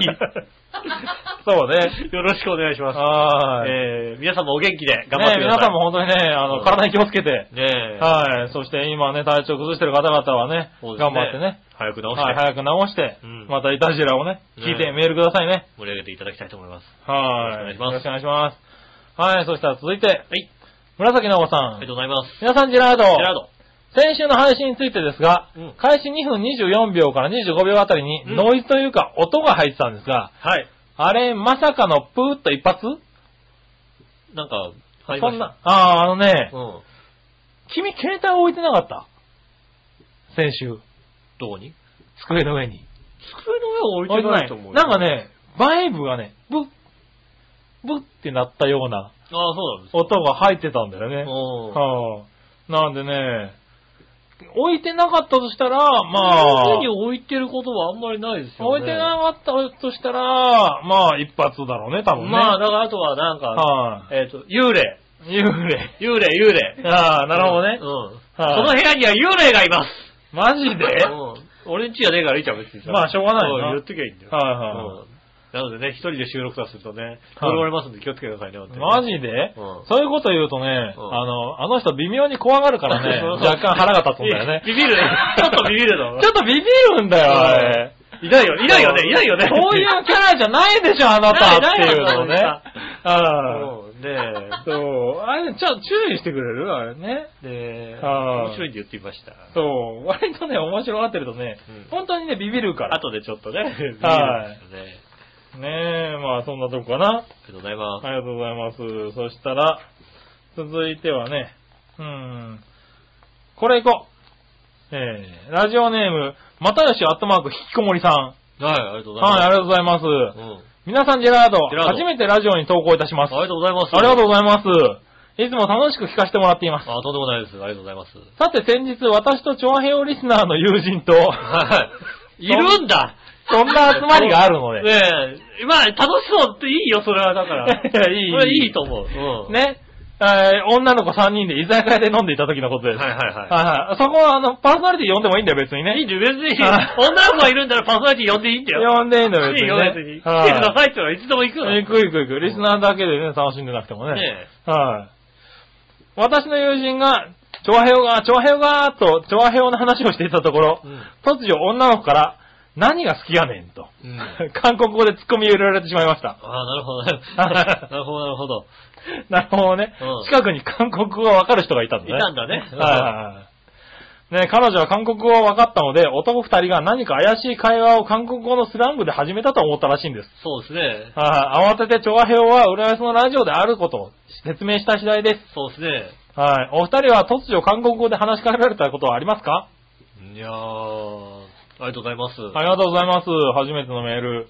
そうね。 ひ、よろしくお願いします。はい。えー、皆さんもお元気で頑張ってねくださ皆さい。んも本当にね、あうんの、体に気をつけて。ねえ、はい。そして今ね、体調崩してる方々はね、そうです頑張ってね。。早く直して、はい、早く直してうん、またイタジラをね、ね聞いてメールくださいね。盛り上げていただきたいと思います。はい。よよろろしくしくお願いします。はい、そしたら続いて、はい。紫のおさあんりが。とうございます。ジ皆さん、ジェラード。ェラード。先週の配信についてですが、うん開始2分24秒から25秒あたりにうんノイズというか音が入ってたんですが、はい。あれ、まさかのプーッと一発なんか、入りそまんしなた。、ああー、あのね、うん。君携帯置いてなかった先週、どこに机の上に。机の上を置いてないと思う。なんか。ね、バイブがね、ブッ、ブッってなったようなああ、そうなんですか。音が入ってたんだよね。おーはあ、なんでね、置いてなかったとしたら、ま机の上あに、置いてることはあんまりないですよね。置いてなかったとしたら、まあ一発だろうね、多分ね。まあ、だからあとはなんか、はえっ、と、幽霊。い、幽霊。幽霊、幽霊。ああ、なるほどね。うん。はいこの部屋には幽霊がいます。マジでうん、俺んちじゃねえからいいじゃん、別にさ。まあしょうがないそうな言っときゃいいんだよ。はいはいうんなのでね、一人で収録させるとね、はい呪われますんで気をつけてくださいね、本当にマジでうんそういうこと言うとね、うん。あの、あの人微妙に怖がるからね、若干腹が立つんだよねビビ るね。ちょっとビビるの。ちょっとビビるんだよ、あれ。いないよ、いないよね、いないよね。そういうキャラじゃないでしょ、あなたっていうのなをいねない。ああうんねそう。あれ、ちょ、注意してくれるあれね。え。ねえ。はい面白いんで言ってみました。そう。割とね、面白がってるとね、うん本当にね、ビビるから。後でちょっとね、ビビるんですよね。はいあねえ、まあそんなとこかな。りがとうございますあ。りがとうございます。そしたら、続いてはね、うーん、これいこう。えー、ラジオネーム、またよしアットマーク引きこもりさん。はい、はい、ありがとうございます。ありがとうございます。うん皆さん、ジェラードジェラード初めてラジオに投稿いたします。ありがとうございます。ありがとううございます。いつも楽しく聞かせてもらっています。あ、とんでもないです。ありがとうございます。さて、先日、私と長平をリスナーの友人と、 はい。いるんだそんな集まりがあるので、ねえ。まあ、楽しそうっていいよ、それは、だから。 いいそれいいと思う。うん。。 ね、えー女の子3人で居酒屋で飲んでいた時のことはいです。はいははいはい。そこは、あの、パーソナリティ呼んでもいいんだよ、別にい。いいんね。だよ、別に。はい女の子がいるんだらパーソナリティ呼んでいいんだよ。呼んでいいんだよ、い別いに、よ、ね。別に。来てくはいださいって言うのはいつでも行くの。行く行く行く。リスナーだけでね、楽しんでなくてもね。ねはい。私の友人が、長平が、長平が、と、長平の話をしていたところ、うん突如女の子から、何が好きやねんと、うん 韓国語で突っ込みを入れられてしまいました。ああ、なるほどね。は いなるほど、なるほど。なるほどね。うん近くに韓国語がわかる人がいたんだいね。たんだね。はい。ね、彼女は韓国語は分かったので、男二人が何か怪しい会話を韓国語のスラングで始めたと思ったらしいんです。そうですね。はい。慌てて長平は浦安のラジオであることを説明した次第でそうですね。す。はい。お二人は突如韓国語で話しかけられたことはありますかいやー、ありがとうございます。ありがとうございます。初めてのメール。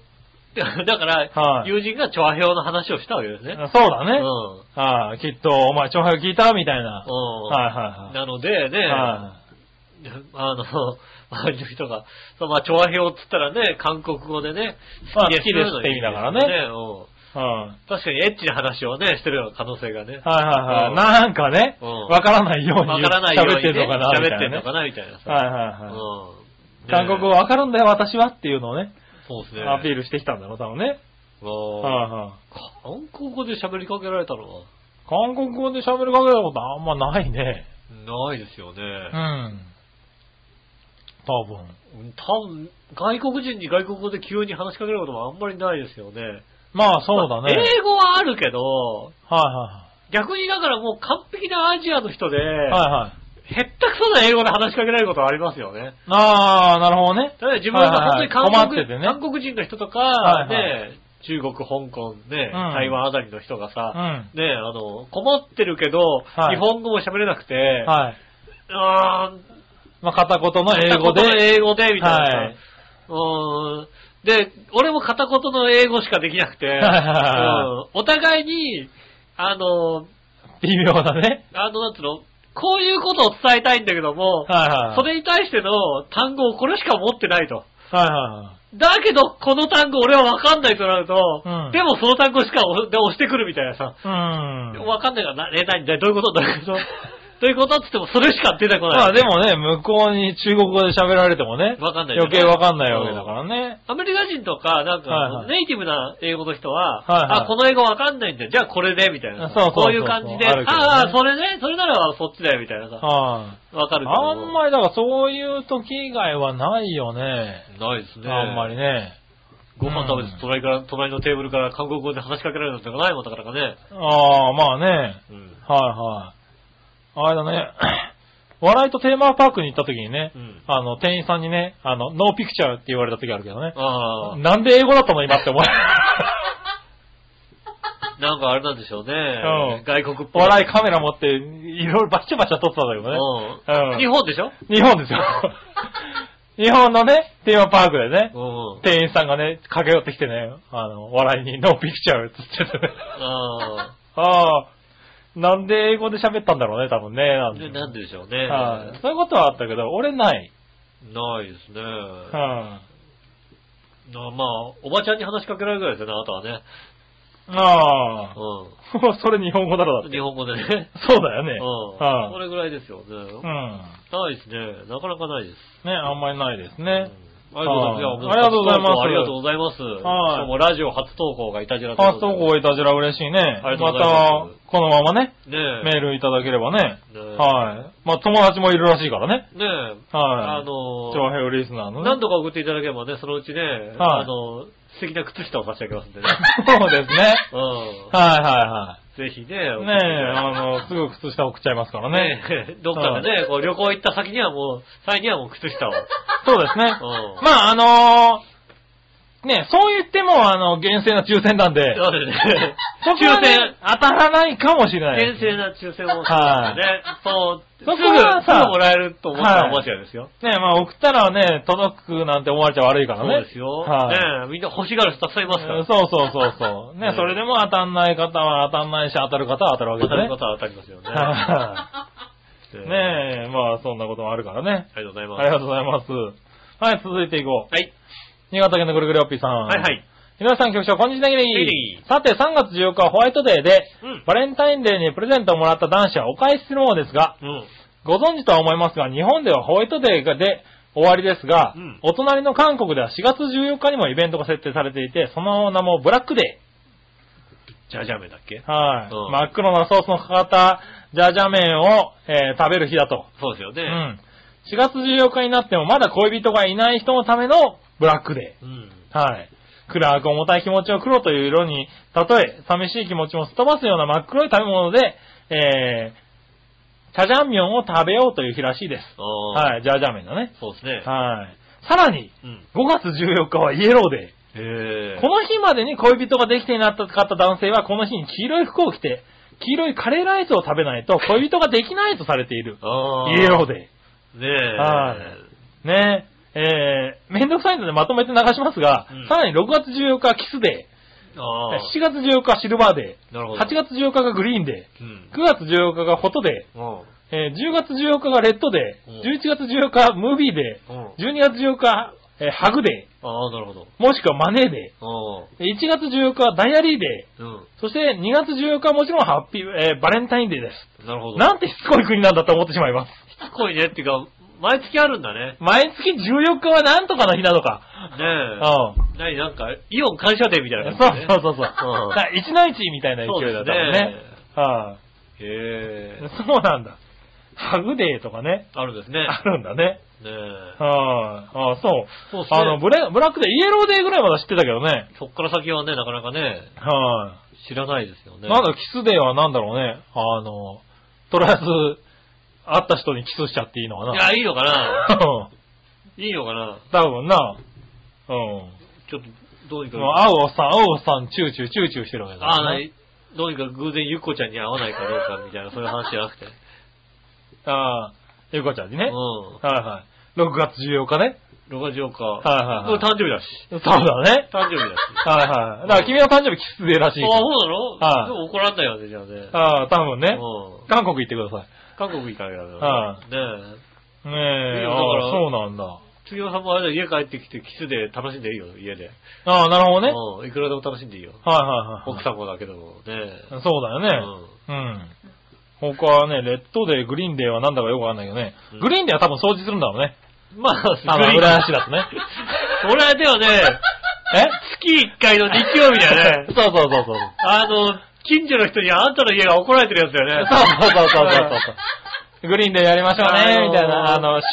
だから、はい友人が調和表の話をしたわけですね。そうだね。うん。はい。きっと、お前長平聞いたみたいな。うん。はいはいはい。なのでね、はあの、 周りの人が、そうまあ、調和表って言ったらね、韓国語でね、まあそういうの好きですって意味だからねいいですよねい。はいうん確かにエッチな話をね、してるような可能性が ね。はいはいはうんい。なんかね、うんわからないようわにからないように、ね、喋ってるのかな、喋みたいっなねてるのかな、みたいなさ。はいはいはい。うん。韓国語わかるんだよ、私はっていうのをね、そうですね。アピールしてきたんだろう、多分ね。うんはいはい韓国語で喋りかけられたのは、韓国語で喋りかけたことあんまないね。ないですよね。うん。多分。多分、外国人に外国語で急に話しかけることもあんまりないですよね。まあそうだね。まあ英語はあるけど、は逆にだからもう完璧なアジアの人で、いはいはい。はいはい。へったくそな英語で話しかけられることはありますよね。ああ、なるほどね。ただ自分が本当に韓国,、はいはいはい困っててね韓国人の人とか、はいはね、中国、香港、ね、うん台湾あたりの人がうさ、ん。ね、あの、困ってるけど、は日い本語も喋れなくて、はい。あーまあ片言の英語で。片言の英語で、みたいなさ、はいうーんで、俺も片言の英語しかできなくて、いはいはうんお互いに、あの、微妙だね。あの、なんつうの、こういうことを伝えたいんだけども、はいはい。それに対しての単語をこれしか持ってないと。はいはいはい。だけど、この単語俺はわかんないとなると、うんでもその単語しかおで押してくるみたいなさ、うん。わかんないからな、え、なに、なにどういうことどういう ことどういうことって言っても、それしか出てこない。まあでもね、向こうに中国語で喋られてもね、わかんない余計わかんないわけだからね。アメリカ人とか、なんか、はいはいネイティブな英語の人は、はいはいあ、この英語わかんないんだよ。じゃあこれで、みたいなさ。そうそうそうこういう感じで、あるけどねああ、それね、それならそっちだよ、みたいなさ。はい。わかるけど。あんまりだからそういう時以外はないよね。り。ないですね。あんまり。ね。ご飯食べうんて、隣から、隣のテーブルから韓国語で話しかけられるなんてないもんだからね。ああ、まあね。うん。はいはい。あれだね。 笑いとテーマパークに行った時にね、うんあの、店員さんにね、あの、ノーピクチャーって言われた時あるけどね。ああ、なんで英語だったの今っ て思う。なんかあれなんでしょうね。うん外国っぽい。笑いカメラ持って、いろいろバチャバチャ撮ってたんだけどね。うん。うん日本でしょ日本ですよ。 日本のね、テーマパークでね、うん。店員さんがね、駆け寄ってきてね、あの、笑いにノーピクチャーって言ってて ね。あああ、なんで英語で喋ったんだろうね、多分ね。なあ。んでてなんででしょうね。はいそういうことはあったけど、俺ない。ないですね。はなまあ、おばちゃんに話しかけられるぐらいですよね、あなたはね。いああ、う それ日本語だろだっん。て。日本 語でね。そうだうよね。ん。はいそれぐらいですよね。うん。ないですね。なかなかないです。ね、あんまりないですうんね。ありがとうございます。ありがとうございますありがとうございます。はいしかもラジオ初投稿がいたじらファーストね号いたじら嬉しいね。ありがまとうございますた、このままね、え。メールいただければね。ねえはい。まあ、友達もいるらしいからね。ねえ。あはい。の長編リスナーのね。何度か送っていただければね、そのうちね、あの、素敵な靴下を差し上げますん でね。 そうですね。うん。はいはぜひね、い送ってはい。いねただえ、いてあの、すぐ靴下送っちゃいますからね。ねえ、どっかでね、こう旅行行った先にはもう、際にはもう靴 下を。そうですね。うんまあ、あのーね、そう言っても、あの、厳正な抽選なんで、そうですね。そこは抽ね選、当たらないかもしれない。厳正な抽選をしたはいんでね。そう、すぐ、そすこぐはさもらえると思ったらはい間違いですよ。ね、まあ、送ったらね、届くなんて思われちゃ悪いからそうね。ですよ。はい、ねえみんな欲しがる人たくさんいますから。そうそうそうそう。はねい、それでも当たんない方は当たんないし、当たる方は当たるわけ当たるだね。方は当たりますよね。はえいねえ、まあ、そんなこともあるからね。ありがとうございます。ありがとうございます。はい、続いていこう。はい。新潟県のぐるぐるおっぴーさん。はいはい。皆さん局長、こんにちは、ネギネネギギ。さて、3月14日はホワイトデーで、うんバレンタインデーにプレゼントをもらった男子はお返しするものですが、うん。ご存知とは思いますが、日本ではホワイトデーがで終わりですが、うんお隣の韓国では4月14日にもイベントが設定されていて、その名もブラックデじゃじゃ麺だっけー。はい。うん真っ黒なソースのかかったジャージャー麺を、えー食べる日だと。そうですようね。ん。4月14日になってもまだ恋人がいない人のためのブラックデー。うん。はい。暗く重たい気持ちを黒という色に、例え、寂しい気持ちもすっ飛ばすような真っ黒い食べ物で、えー、チャジャンミョンを食べようという日らしいです。は。はいい、ジャージャー麺のね。そうですね。はい。さらに、うん。 5月14日はイエローデへー。えこ。の日までに恋人ができていなかった男性は、この日に黄色い服を着て、黄色いカレーライスを食べないと恋人ができないとされている。あイエローで。デねえ。はいー。ねえー、めんどくさいのでまとめて流しますが、うんさらに6月14日はキスデー。ああ。 7月14日はシルバーデなるー、ほ8ど。月14日がグリーンデうんー、。9月14日がフォトデうん。ー、えー10月14日がレッドデうんー、11月14日はムービーデうんー、12月14日は、えーハグデああ、なるほど。ー、もしくはマネーデー、1月14日はダイアリーデうん。ー、そして2月14日はもちろんハッピー、えーバレンタインデーです。うん。なるほど。なんてしつこい国なんだと思ってしまいます。すごいねっていうか、毎月あるんだね。毎月14日はなんとかの日なのか。ねうん。え。何なんか、イオン感謝デーみたいそうなそう感じ、ね。 そうそう。だうんから一の一みたいな勢いだったもんそうねで。はいへえ。そうなんだ。ハグデーとかね。あるんですね。 あるんだね。ねえ。はい。あそう。そうですねあの、ブレブラックでイエローデーぐらいまだ知ってたけどね。そっから先はね、なかなかね、は知らないですよい。ね。まだキスデーはなんだろうね。あの、とりあえず、会った人にキスしちゃっていいのかな。いや、いいのかなうんいいのかな 多分な。うん。ちょっと、どうにか。もう会うおっさん、会うおっさん、チューチューチューチューしてるわけだああ、からなね。い。どうにか偶然ゆっこちゃんに会わないかどうかみたいな、そういう話じゃなくて。ああ、ゆかちゃんにね。うはいん。はい。6月14日ね。ロガジオか。はいはいはいこれ誕生日だし。そうだね。誕生日だし。はいはい。だから君の誕生日キスデーらしいあ かあ、ら。そうだろはいでも怒らんないよね、じゃあね。ああ、多分ね。うん。韓国行ってください。韓国行かなきゃダメだね。ねねえ、いやだからああ、そうなんだ。杉山さんもあれだよ、家帰ってきてキスで楽しんでいいよ、家で。ああ、なるほどね。はいうん、いくらでも楽しんでいいよ。はいはい奥。さんもだけどもね。そうだよね。うん。他はね、レッドデー、グリーンデーはなんだかよくわかんないけどねうん。グリーンデーは多分掃除するんだろうね。まあ、あの、グリーン裏足だ とね。俺ではね、え月1回の日曜日だよね。 そうそうそうそう。あの、近所の人にあんたの家が怒られてるやつだよね。そうそうそうそうそうそう。グリーンデーやりましょうあのーね、みたいな。あの、集、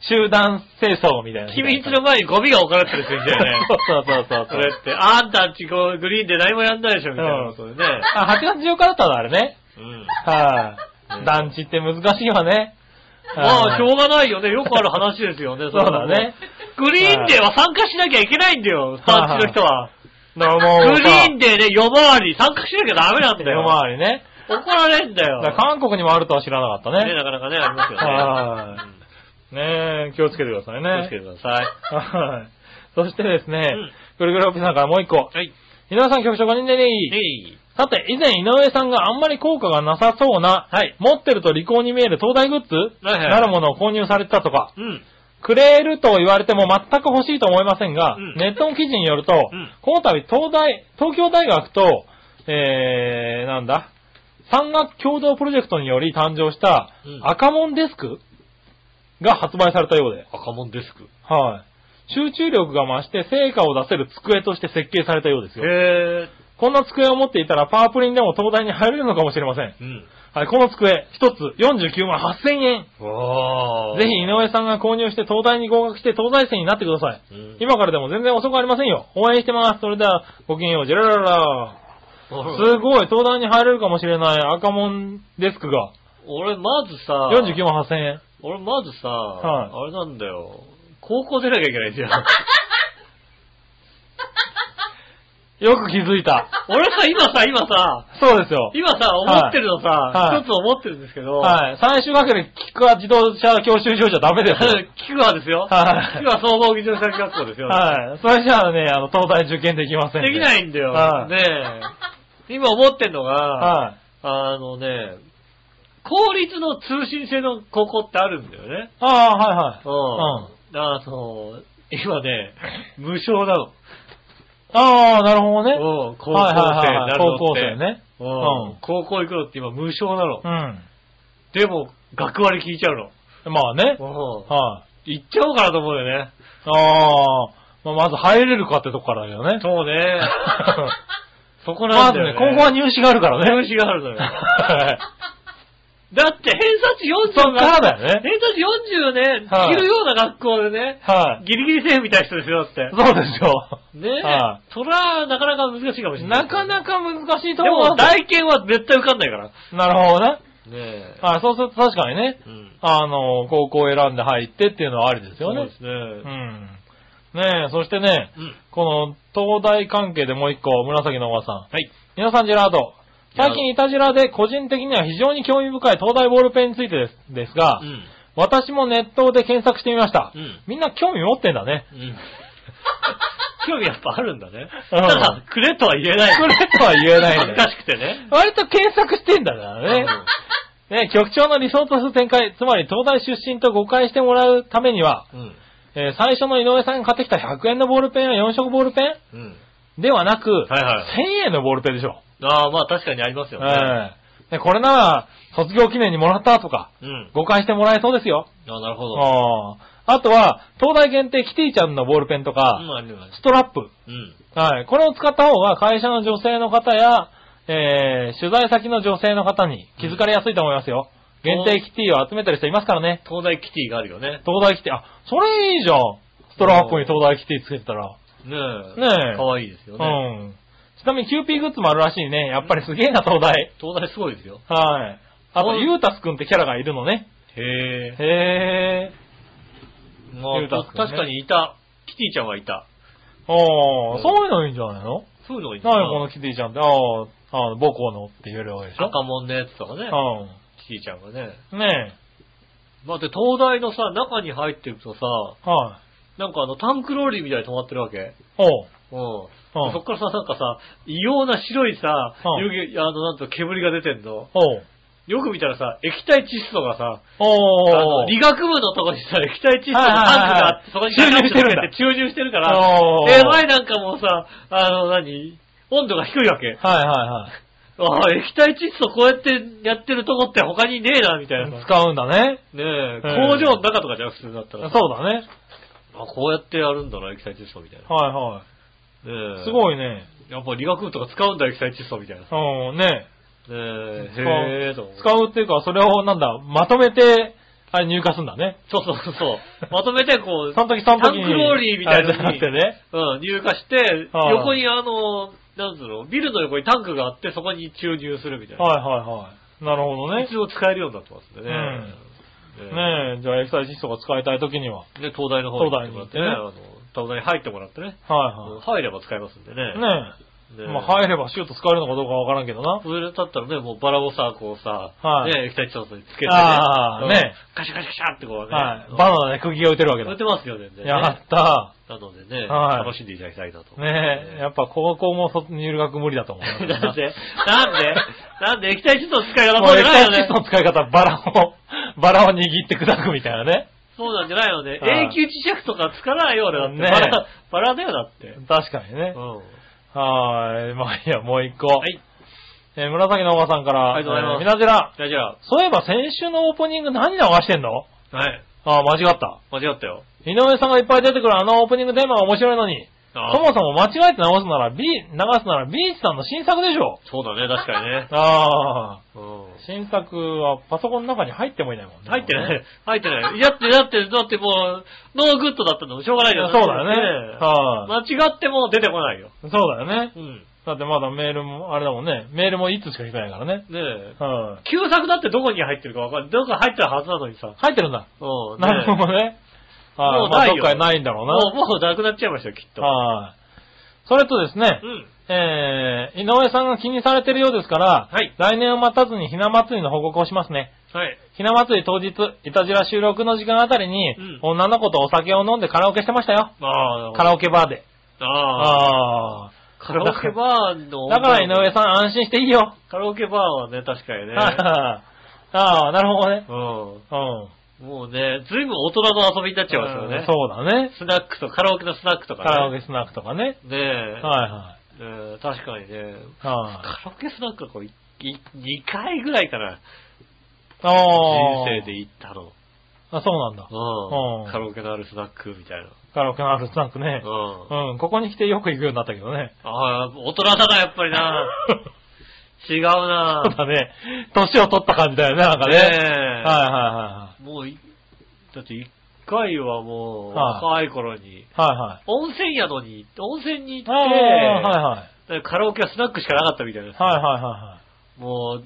集団清掃みたいな。 君んちの前にゴミが置かれてる人いるじゃんね。 そうそうそうそそう。れって、あんたんちこうグリーンで何もやんないでしょ、みたいな。うんそれね。あ、8月14日だったのあれね。うん。はい、ね団地って難しいわね。まあ、しはいょうがないよね。よくある話ですよね、そうだね。グリーンデーは参加しなきゃいけないんだよ、団地の人は。なるほどグリーンデーね、夜回り、参加しなきゃダメなんだよ。夜回りね。怒られんだだよ。から韓国にもあるとは知らなかったね、ね。なかなかね、ありますよね。はいねえ、気をつけてくださいうんね。気をつけてください。はい。そしてですね、んぐるぐるおっぴーさんからもう一個。はい。井上さん局長こんにちは。えい。さて、以前井上さんがあんまり効果がなさそうな、はい持ってると利口に見える東大グッズ、はいはいなるものを購入されてたとか、うん。くれると言われても全く欲しいと思いませんが、うんネットの記事によると、んこの度東大、東京大学と、えー、なんだ、山岳共同プロジェクトにより誕生したうん赤門デスクが発売されたようで、赤門デスク。はい。集中力が増して成果を出せる机として設計されたようですよ。へえ。こんな机を持っていたらパワープリンでも東大に入れるのかもしれません。うん。はい、この机、一つ49万8000円。わあ。ぜひ井上さんが購入して東大に合格して東大生になってください。うん、今からでも全然遅くありませんよ。応援してます。それでは、ごきげんよう、ジェラララ。すごい、東大に入れるかもしれない赤門デスクが、俺、まずさ、 49万8000円。俺、まずさ、はあれなんだよ。高校出なきゃいけないじゃん。よく気づ いた。 俺さ、今さ、今さ、そうですよ。今さ、思ってるのさ、はい一つ思ってるんですけど、はい。最終学年、聞くは自動車教習所じゃダメですよ。聞くわですよ。はい聞くわ総合技術者学校ですよ。はい。それじゃあね、あの、東大受験できません、できい。ないんだよ。はいねえ。今思ってんのが、はい。あのね、公立の通信制の高校ってあるんだよね。ああ、はいはい。うん。うん。あの、今ね、無償なの。ああ、なるほどね。うん、高校はい生はにいはないるの高って。校生ね。うんうん高校行くのって今無償なの。うでも、学割聞いちゃうの。ん。まあね。うんはい。行っちゃおうかなと思うよね。ああ、まあ、まず入れるかってとこからだよね。そう ね。そこなまんずだよね、ね。高校は入試があるからね。入試があるのよ。はいだって偏差値40そっからだよね偏差値40ね、はいいるような学校でね、はい。ギリギリセーフみたいな人ですよ、だって。そうですよ。ねはえ。そら、なかなか難しいかもしれ ない。なかなか難しいとで思も、う。な大検は絶対受かんないから。ねるほどね。え。はい、そうすると確かにね、うん。あの、高校を選んで入ってっていうのはありですそようねで。すね。うん。ねえ、そしてね、うん。この、東大関係でもう一個、紫のおばさん。はい。皆さん、ジェラード。最近、ジイタジェラで個人的には非常に興味深い東大ボールペンについてですですが、うん。私もネットで検索してみました。うんみんな興味持ってんだね。 うん。興味やっぱあるんだね。うたんだ、くれとは言えない。くれとは言えない恥んずだかよ。しくてね。割と検索してんだ からね。ね、局長の理想とする展開、つまり東大出身と誤解してもらうためには、うん。えー最初の井上さんが買ってきた100円のボールペンや4色ボールペうん。ンではなく、はいはい1000円のボールペンでしょ。ああ、まあ確かにありますよね。ええでこれなら、卒業記念にもらったとか、うん。誤解してもらえそうですよ。あなるほうど。んあとは、東大限定キティちゃんのボールペンとうか、ん、ありますストラップ。うん。はい。これを使った方が会社の女性の方や、えー、取材先の女性の方に気づかれやすいと思いますよ。限定キティを集めてる人いますからね。東大キティがあるよね。東大キティ、あ、それいいじゃん。ストラップに東大キティつけてたら。ねえ。ねえかわいいですようね。ん。ちなみにキューピーグッズもあるらしいね。やっぱりすげえな、東大。東大すごいですよ。はい。あと、うんユータスくんってキャラがいるのね。へえ。へー。まユあ、ータス確くんねかにいた。キティちゃんはいた。おうんー、そういうのいいんじゃないのそういうのがいた。なにこのキティちゃんって、あー、あの、母校のって言えるわけでしょ赤門のやつとかね。キティちゃんがね。うん。ねだって東大のさ、中に入っていくとさ、え。はい。なんかあの、タンクローリーみたいに止まってるわけ。おう。うん。うんそっからさ、なんかさ、異様な白いさ、うん湯気あの、なんと煙が出てんの。おう。よく見たらさ、液体窒素がさ、あおのー。理学部のとこにさ、液体窒素のタンクがあって、そこはいはいはいにガチャガチャ注入注入してるから、おーえ前なんかもうさ、あの、何温度が低いわけ。はいはああ、液体窒素こうやってやってるとこって他にねえな、みたいいなはい。さ。使うんだね。ねえ、え工場の中とかじゃなくてだったそうらださね。あ、こうやってやるんだな、液体窒素みたいな。はいはねえい。すごいね。やっぱ理学部とか使うんだ、液体窒素みたいなさ。ねうん、ね。使うえ、へえ、と思って使うっていうか、それをなんだ、まとめて、あれ入荷するんだね。そうそうそう。まとめて こう、その時その時に。タンクローリーみたいなのにあれじゃなくてね。うん、入荷して、はい横にあの、なんつうの、ビルの横にタンクがあって、そこに注入するみたいな。はいはいはい。なるほどね。一応使えるようになってますんでね。ねねえ、じゃあ液体窒素が使いたい時には。えね東大の方に行ってもらってね、東大にあの東大に入ってもらってね、は入れば使えますんでねい。はねい。えねえ。まあ入ればシュート使えるのかどうかわからんけどな。それだったらね、もうバラをさ、こうさ、はいね、液体窒素につけてね、ああうんねカシャカシャカシャってこうね、はい。ババナナで釘が打てるわけ売だっ。てますよね、全然ねやったなのでね、はい楽しんでいただきたいなと。ねえ、やっぱ高校もそ入学無理だと思 う。なんでなんでなんで液体窒素の使い方もそうじう液ゃないよ体ね窒素。の使い方、バラを、 バラを握って砕くみたいなね。そうなんじゃないよね。はい永久磁石とか使わないよ、俺だって。ねバラ、バラだよ、だって。確かにねう。ん。はーい。まあいいや、もう一個。はい。えー紫のおばさんから、ありがとうございますえーみなじら、じゃあじゃあ、そういえば先週のオープニング何流してんのはい。ああ、間違った。間違ったよ。井上さんがいっぱい出てくるあのオープニングテーマが面白いのに、そあーもそも間違えて直すなら、B、流すならビーチさんの新作でしょ。そうだね、確かにね。あうあ、新作はパソコンの中に入ってもいないもんね。ん。入ってない。入ってない。やって、だって、だってもう、ノーグッドだったのもしょうがないじゃん。 そうだよね。ねは間違っても出てこないよ。い。そうだよねう。ん。だってまだメールも、あれだもんね。メールもいつしか来てないからね。ねえ。はい。旧作だってどこに入ってるかわかんない。どこか入ってるはずなのにさ。入ってるんだ。うん。ねなるほどね。はもうい。まあないどっよかにないんだろうな。もう、もうなくなっちゃいましたよ、きっと。はい。それとですねう、ん。えー、井上さんが気にされてるようですから、はい来年を待たずにひな祭りの報告をしますね。はい。ひな祭り当日、いたじら収録の時間あたりに、うん女の子とお酒を飲んでカラオケしてましたよ。あカラオケバーで。あ。ああ。ああ。カラオケバーの。だから井上さん安心していいよ。カラオケバーはね、確かにね。 ああ、なるほどね。ううん。ん。もうね、ずいぶん大人の遊びになっちゃいますようねん。そうだね。スナックと、カラオケのスナックとカかラオね。ケスナックとかね。ねえ。はいはえー確かにね。い。はいカラオケスナックはこう、2回ぐらいかな。あ人あ。生で行ったの。あ、そうなんだ。う。うんんカラオケのあるスナックみたいな。カラオケのあるスナックね。うん。うん、ここに来てよく行くようになったけどね。ああ、大人だな、やっぱりな。違うな。 そうだね。年を取った感じだよね、なんかね。ねえはいはもうい、だって一回はもう、はい若い頃に、いはい。はいはい。温泉宿に、温泉に行って、ああはいはい。だからカラオケはスナックしかなかったみたいな。はいはいはもう、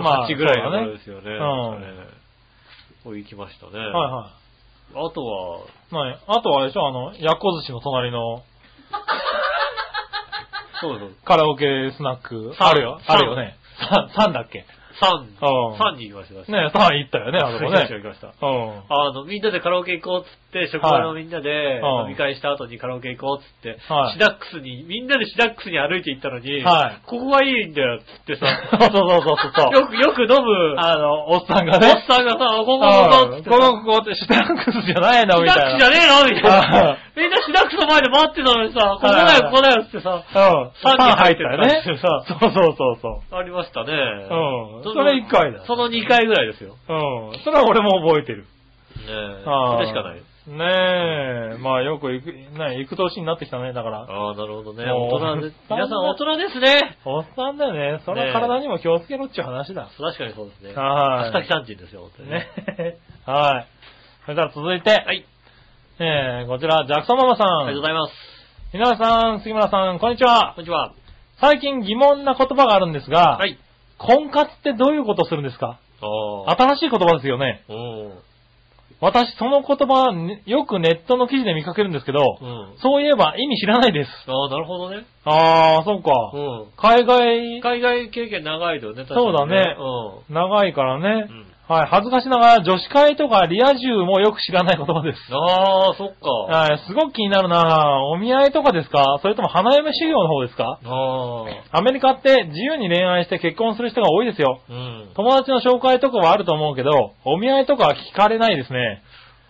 まあ18ぐらいの頃ですよね。そうだねねこう行きましたね。いはい。はいはあとは、い。なにあとはあれでしょ、あの、やっこ寿司の隣のそうそう、カラオケスナック。サンあるよ。サンあるよね。3だっけね3、うん3に行きました。え、3行ったよね、あ行きそこました、行ね。きました。うん。あの、みんなでカラオケ行こうっつって、職場のみんなではいうん飲み会した後にカラオケ行こうっつって、はいシダックスに、みんなでシダックスに歩いて行ったのに、はいここがいいんだよっつって さ、そうそうそうそうそうよく、よく飲 む、あの、おっさんがおっね。さんがさ、ここここうんっつってこさ、のここってシナックスじゃないのシみダたックスいじゃな。ねえのみたいなはい。みんなシダックスの前で待ってたのにさ、ここだはいよ、ここだよっつってさ、うん。三三に入入っってたたよね。 そうそうそうそう。ありましたね。うんのそれ一回だその2回ぐらいですよ。ねうん。それは俺も覚えてる。え。そあれしかない。ねえ。まあよく行く、ね、行く年になってきたね、だから。ああ、なるほどね。もう大人で、皆さん大人ですね。おっさんだよね。そねえの体にも気をつけろっちゅう話だ。確かにそうですね。ははーい。いたきさんちんですよ、本当にね。ね。はい。それでは続いて、はい。えー、こちら、ジャクソンママさありがとうごん。ざいます。井上さん、杉村さん、こんにちはこん。にちは。最近疑問な言葉があるんですが、はい。婚活ってどういうことをするんですかああ。新しい言葉ですよね。うん。私、その言葉、ねよくネットの記事で見かけるんですけど、うん。そういえば意味知らないです。ああ、なるほどね。あー、そうか。う海外ん。、海外経験長いよね、確かにそうだねう長いからね。ん。うん。はい、恥ずかしながら女子会とかリア充もよく知らない言葉です。ああ、そっか。はい、すごく気になるなお見合いとかですかそれとも花嫁修行の方ですかああ。アメリカって自由に恋愛して結婚する人が多いですよ。うん。友達の紹介とかはあると思うけど、お見合いとかは聞かれないですね。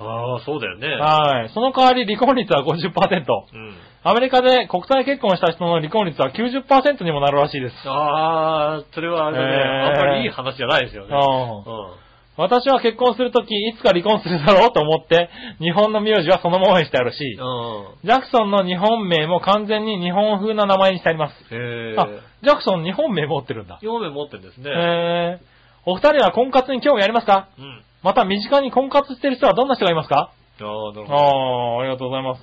ああ、そうだよね。はい。その代わり離婚率は50%。うん。アメリカで国際結婚した人の離婚率は90%にもなるらしいです。ああ、それはあれだね、えーあんまりいい話じゃないですよね。うんうん。私は結婚するとき、いつか離婚するだろうと思って、日本の名字はそのままにしてあるし、うん。ジャクソンの日本名も完全に日本風な名前にしてあります。へえ。あ、ジャクソン日本名持ってるんだ。 4面持ってるんですね。えー、お二人は婚活に興味ありますかうん。また身近に婚活してる人はどんな人がいますかああ、なるほど。ああー、ありがとうございます。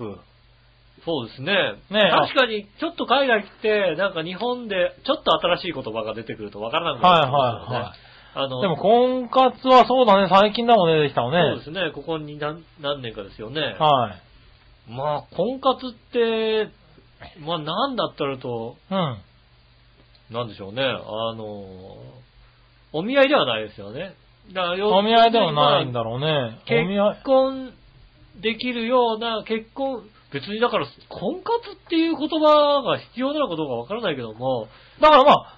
そうですね。ねえ確かに、ちょっと海外来て、なんか日本で、ちょっと新しい言葉が出てくるとわからなくなってますよね。はいはいはいあの、でも婚活はそうだね、最近だもんね、できたのね。そうですね、ここに何何年かですよね。はい。まあ、婚活って、まあ、なんだったらと、うん。なんでしょうね、あの、お見合いではないですよね。だから要お見合いでもないんまだろうね。あお見合い結。婚できるような、結婚、別にだから、婚活っていう言葉が必要なのかどうかわからないけども、だからまあ、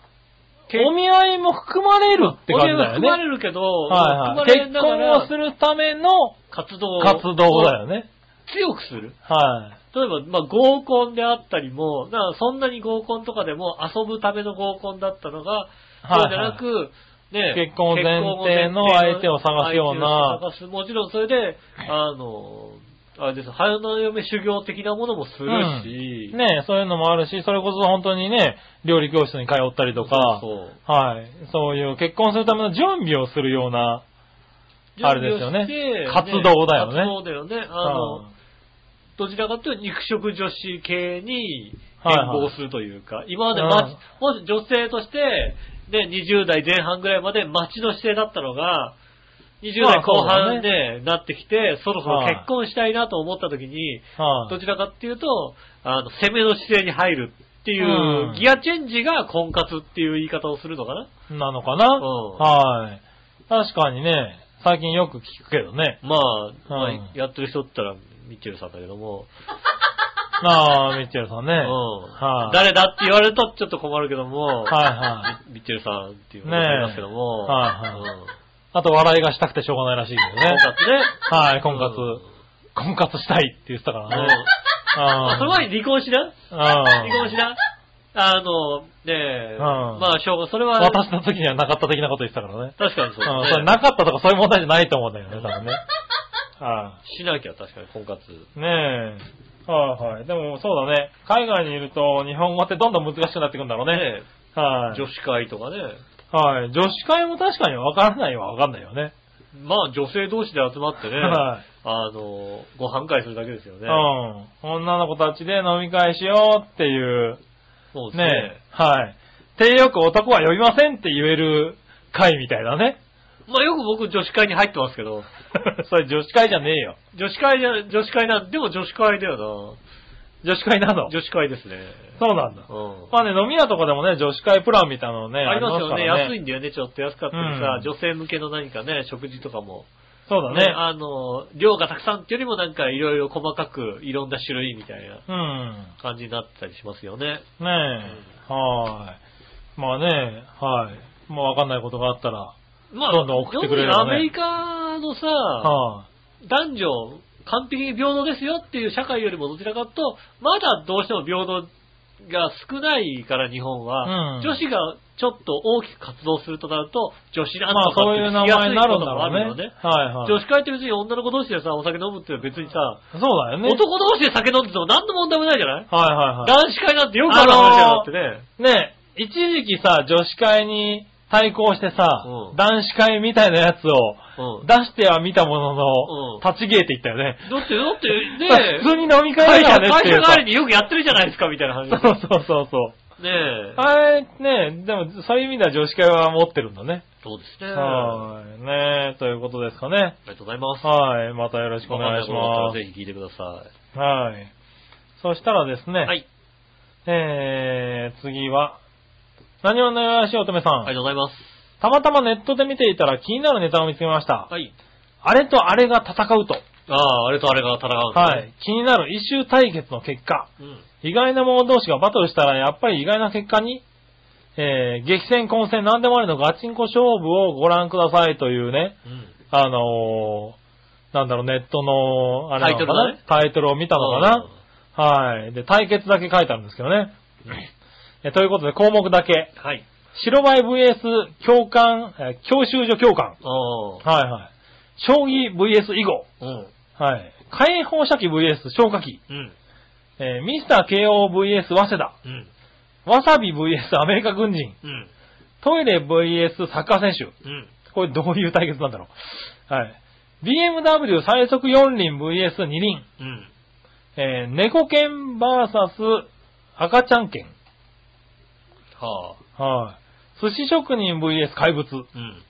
結お見合いも含まれるって感じだよお見合いは含まれね。るけど、はいはい。含まれ結なが婚をらするための活動を活動だよね。強くする。は例えば、まあ、合コンであったりも、だからそんなに合コンとかでも遊ぶための合コンだったのが、はいそうじゃなく、ね、結婚を前提の相手を探すよう相な手を探すもちろんそれで、あの、あれです、花嫁修行的なものもするし、い。ねそういうのもあるし、それこそ本当にね、料理教室に通ったりとか、そうそうはい。そういう結婚するための準備をするような、あれですよね準備をして活動だよね活動だよね。あの、うんどちらかというと肉食女子系にはい変はい貌するというか、今まで町、もし女性として、ね、20代前半ぐらいまで町の姿勢だったのが、20代後まあそ半うだで、なってきて、そろそろはい結婚したいなと思った時に、はいどちらかっていうと、あの、攻めの姿勢に入るっていう、うんギアチェンジが婚活っていう言い方をするのかななのかな、んはい。確かにね、最近よく聞くけ どね。まあ、まあうんやってる人って言ったら、ミッチェルさんだけども、ああ、ミッチェルさんね。うんはい、誰だって言われるとちょっと困るけども、はいはい。ミッチェルさんっていうのがありますけども。ねえはいはいうんあと笑いがしたくてしょうがないらしいけどね。婚活ね。はい、婚活。うん婚活したいって言ってたからうんね。 ああその前に離婚しな離婚しなあの、ねえ、んまあ、しょうが、それは、渡した時にはなかった的なこと言ってたからね。確かにそううだね、ん、それなかったとかそういう問題じゃないと思うんだよね、多分ね。はしなきゃ確かに婚活。い。ねえ。はいはい。でもそうだね。海外にいると日本語ってどんどん難しくなってくんだろうね。ねはい。女子会とかね。はい。女子会も確かにわからないはわかんないよね。まあ、女性同士で集まってね、はいあの、ご飯会するだけですようね。ん。女の子たちで飲み会しようっていう、そうですね。ねえ。はい。てよく男は呼びませんって言える会みたいな ね。まあ、よく僕女子会に入ってますけど、それ女子会じゃねえよ。女子会じゃ、女子会な、でも女子会だよ女子会なな。の。女子会ですね。そうなんだ。うん。まあね、飲み屋とかでもね、女子会プランみたいなのね、ありますよね。ありますから安いんだよね、ちょっと安かったりさ、うん女性向けの何かね、食事とかも。そうだね。あの、量がたくさんっていうよりもなんかいろいろ細かく、いろんな種類みたいなうん。感じになってたりしますよね。ねえ。はーい。まあね、はい。もうわかんないことがあったら。まあ、どんどん送ってくれる要すよねにアメリカのさ、は男女完璧に平等ですよっていう社会よりもどちらかというと、まだどうしても平等が少ないから日本は、うん女子がちょっと大きく活動するとなると、女子い。なんまあとかそうっていう聞名きやす前いこになるとんだもあるろようねね。。はいはい。女子会って別に女の子同士でさ、お酒飲むっていうのは別にさ、そうだよね。男同士で酒飲んでても何の問題もないじゃないはいはいはい。男子会なんてよくある話だよだってね。ねえ、一時期さ、女子会に対抗してさ、うん男子会みたいなやつをうん出しては見たものうんの、立ち消えていったよね。だって、だって、さね普通に飲み会会社、だよねっ会て社い代うわさりによくやってるじゃないですかみたいな話。そうそうそうそう。ねえ。あれね、でもそういう意味では女子会は持ってるんだね。そうですね。あはい。ねえ、ということですかね。りがとうございます。はい。またよろしくお願いわかんないしことあっまたらぜひ聞いてくださす。はい。そしたらですね、い。はい。えー、次は、何をのよしおとめさん。ありがとうございます。たまたまネットで見ていたら気になるネタを見つけました。はい。あれとあれが戦うと。ああ、あれとあれが戦うんだはねい。。気になる一周対決の結果。うん。意外な者同士がバトルしたら、やっぱり意外な結果に、えー、激戦混戦何でもありのガチンコ勝負をご覧くださいというね、うん。あのー、なんだろう、ネットの、あれなのかなタイトルを見たのかな、はい。で、対決だけ書いてあるんですけどね。えということで、項目だけ。うんはい。白バイ VS 教官、えー教習所教官。あはいはい。将棋 VS 囲碁。あ。うん。はい。解放射器 VS 消火器。うん。えーミスター KOVS 早稲田。うん。わさび VS アメリカ軍人。うん。トイレ VS サッカー選手。うん。これどういう対決なんだろう。はい。BMW 最速4輪 VS2 輪。うん。えー猫犬 VS 赤ちゃん犬。はあ。はい。寿司職人 VS 怪物。うん。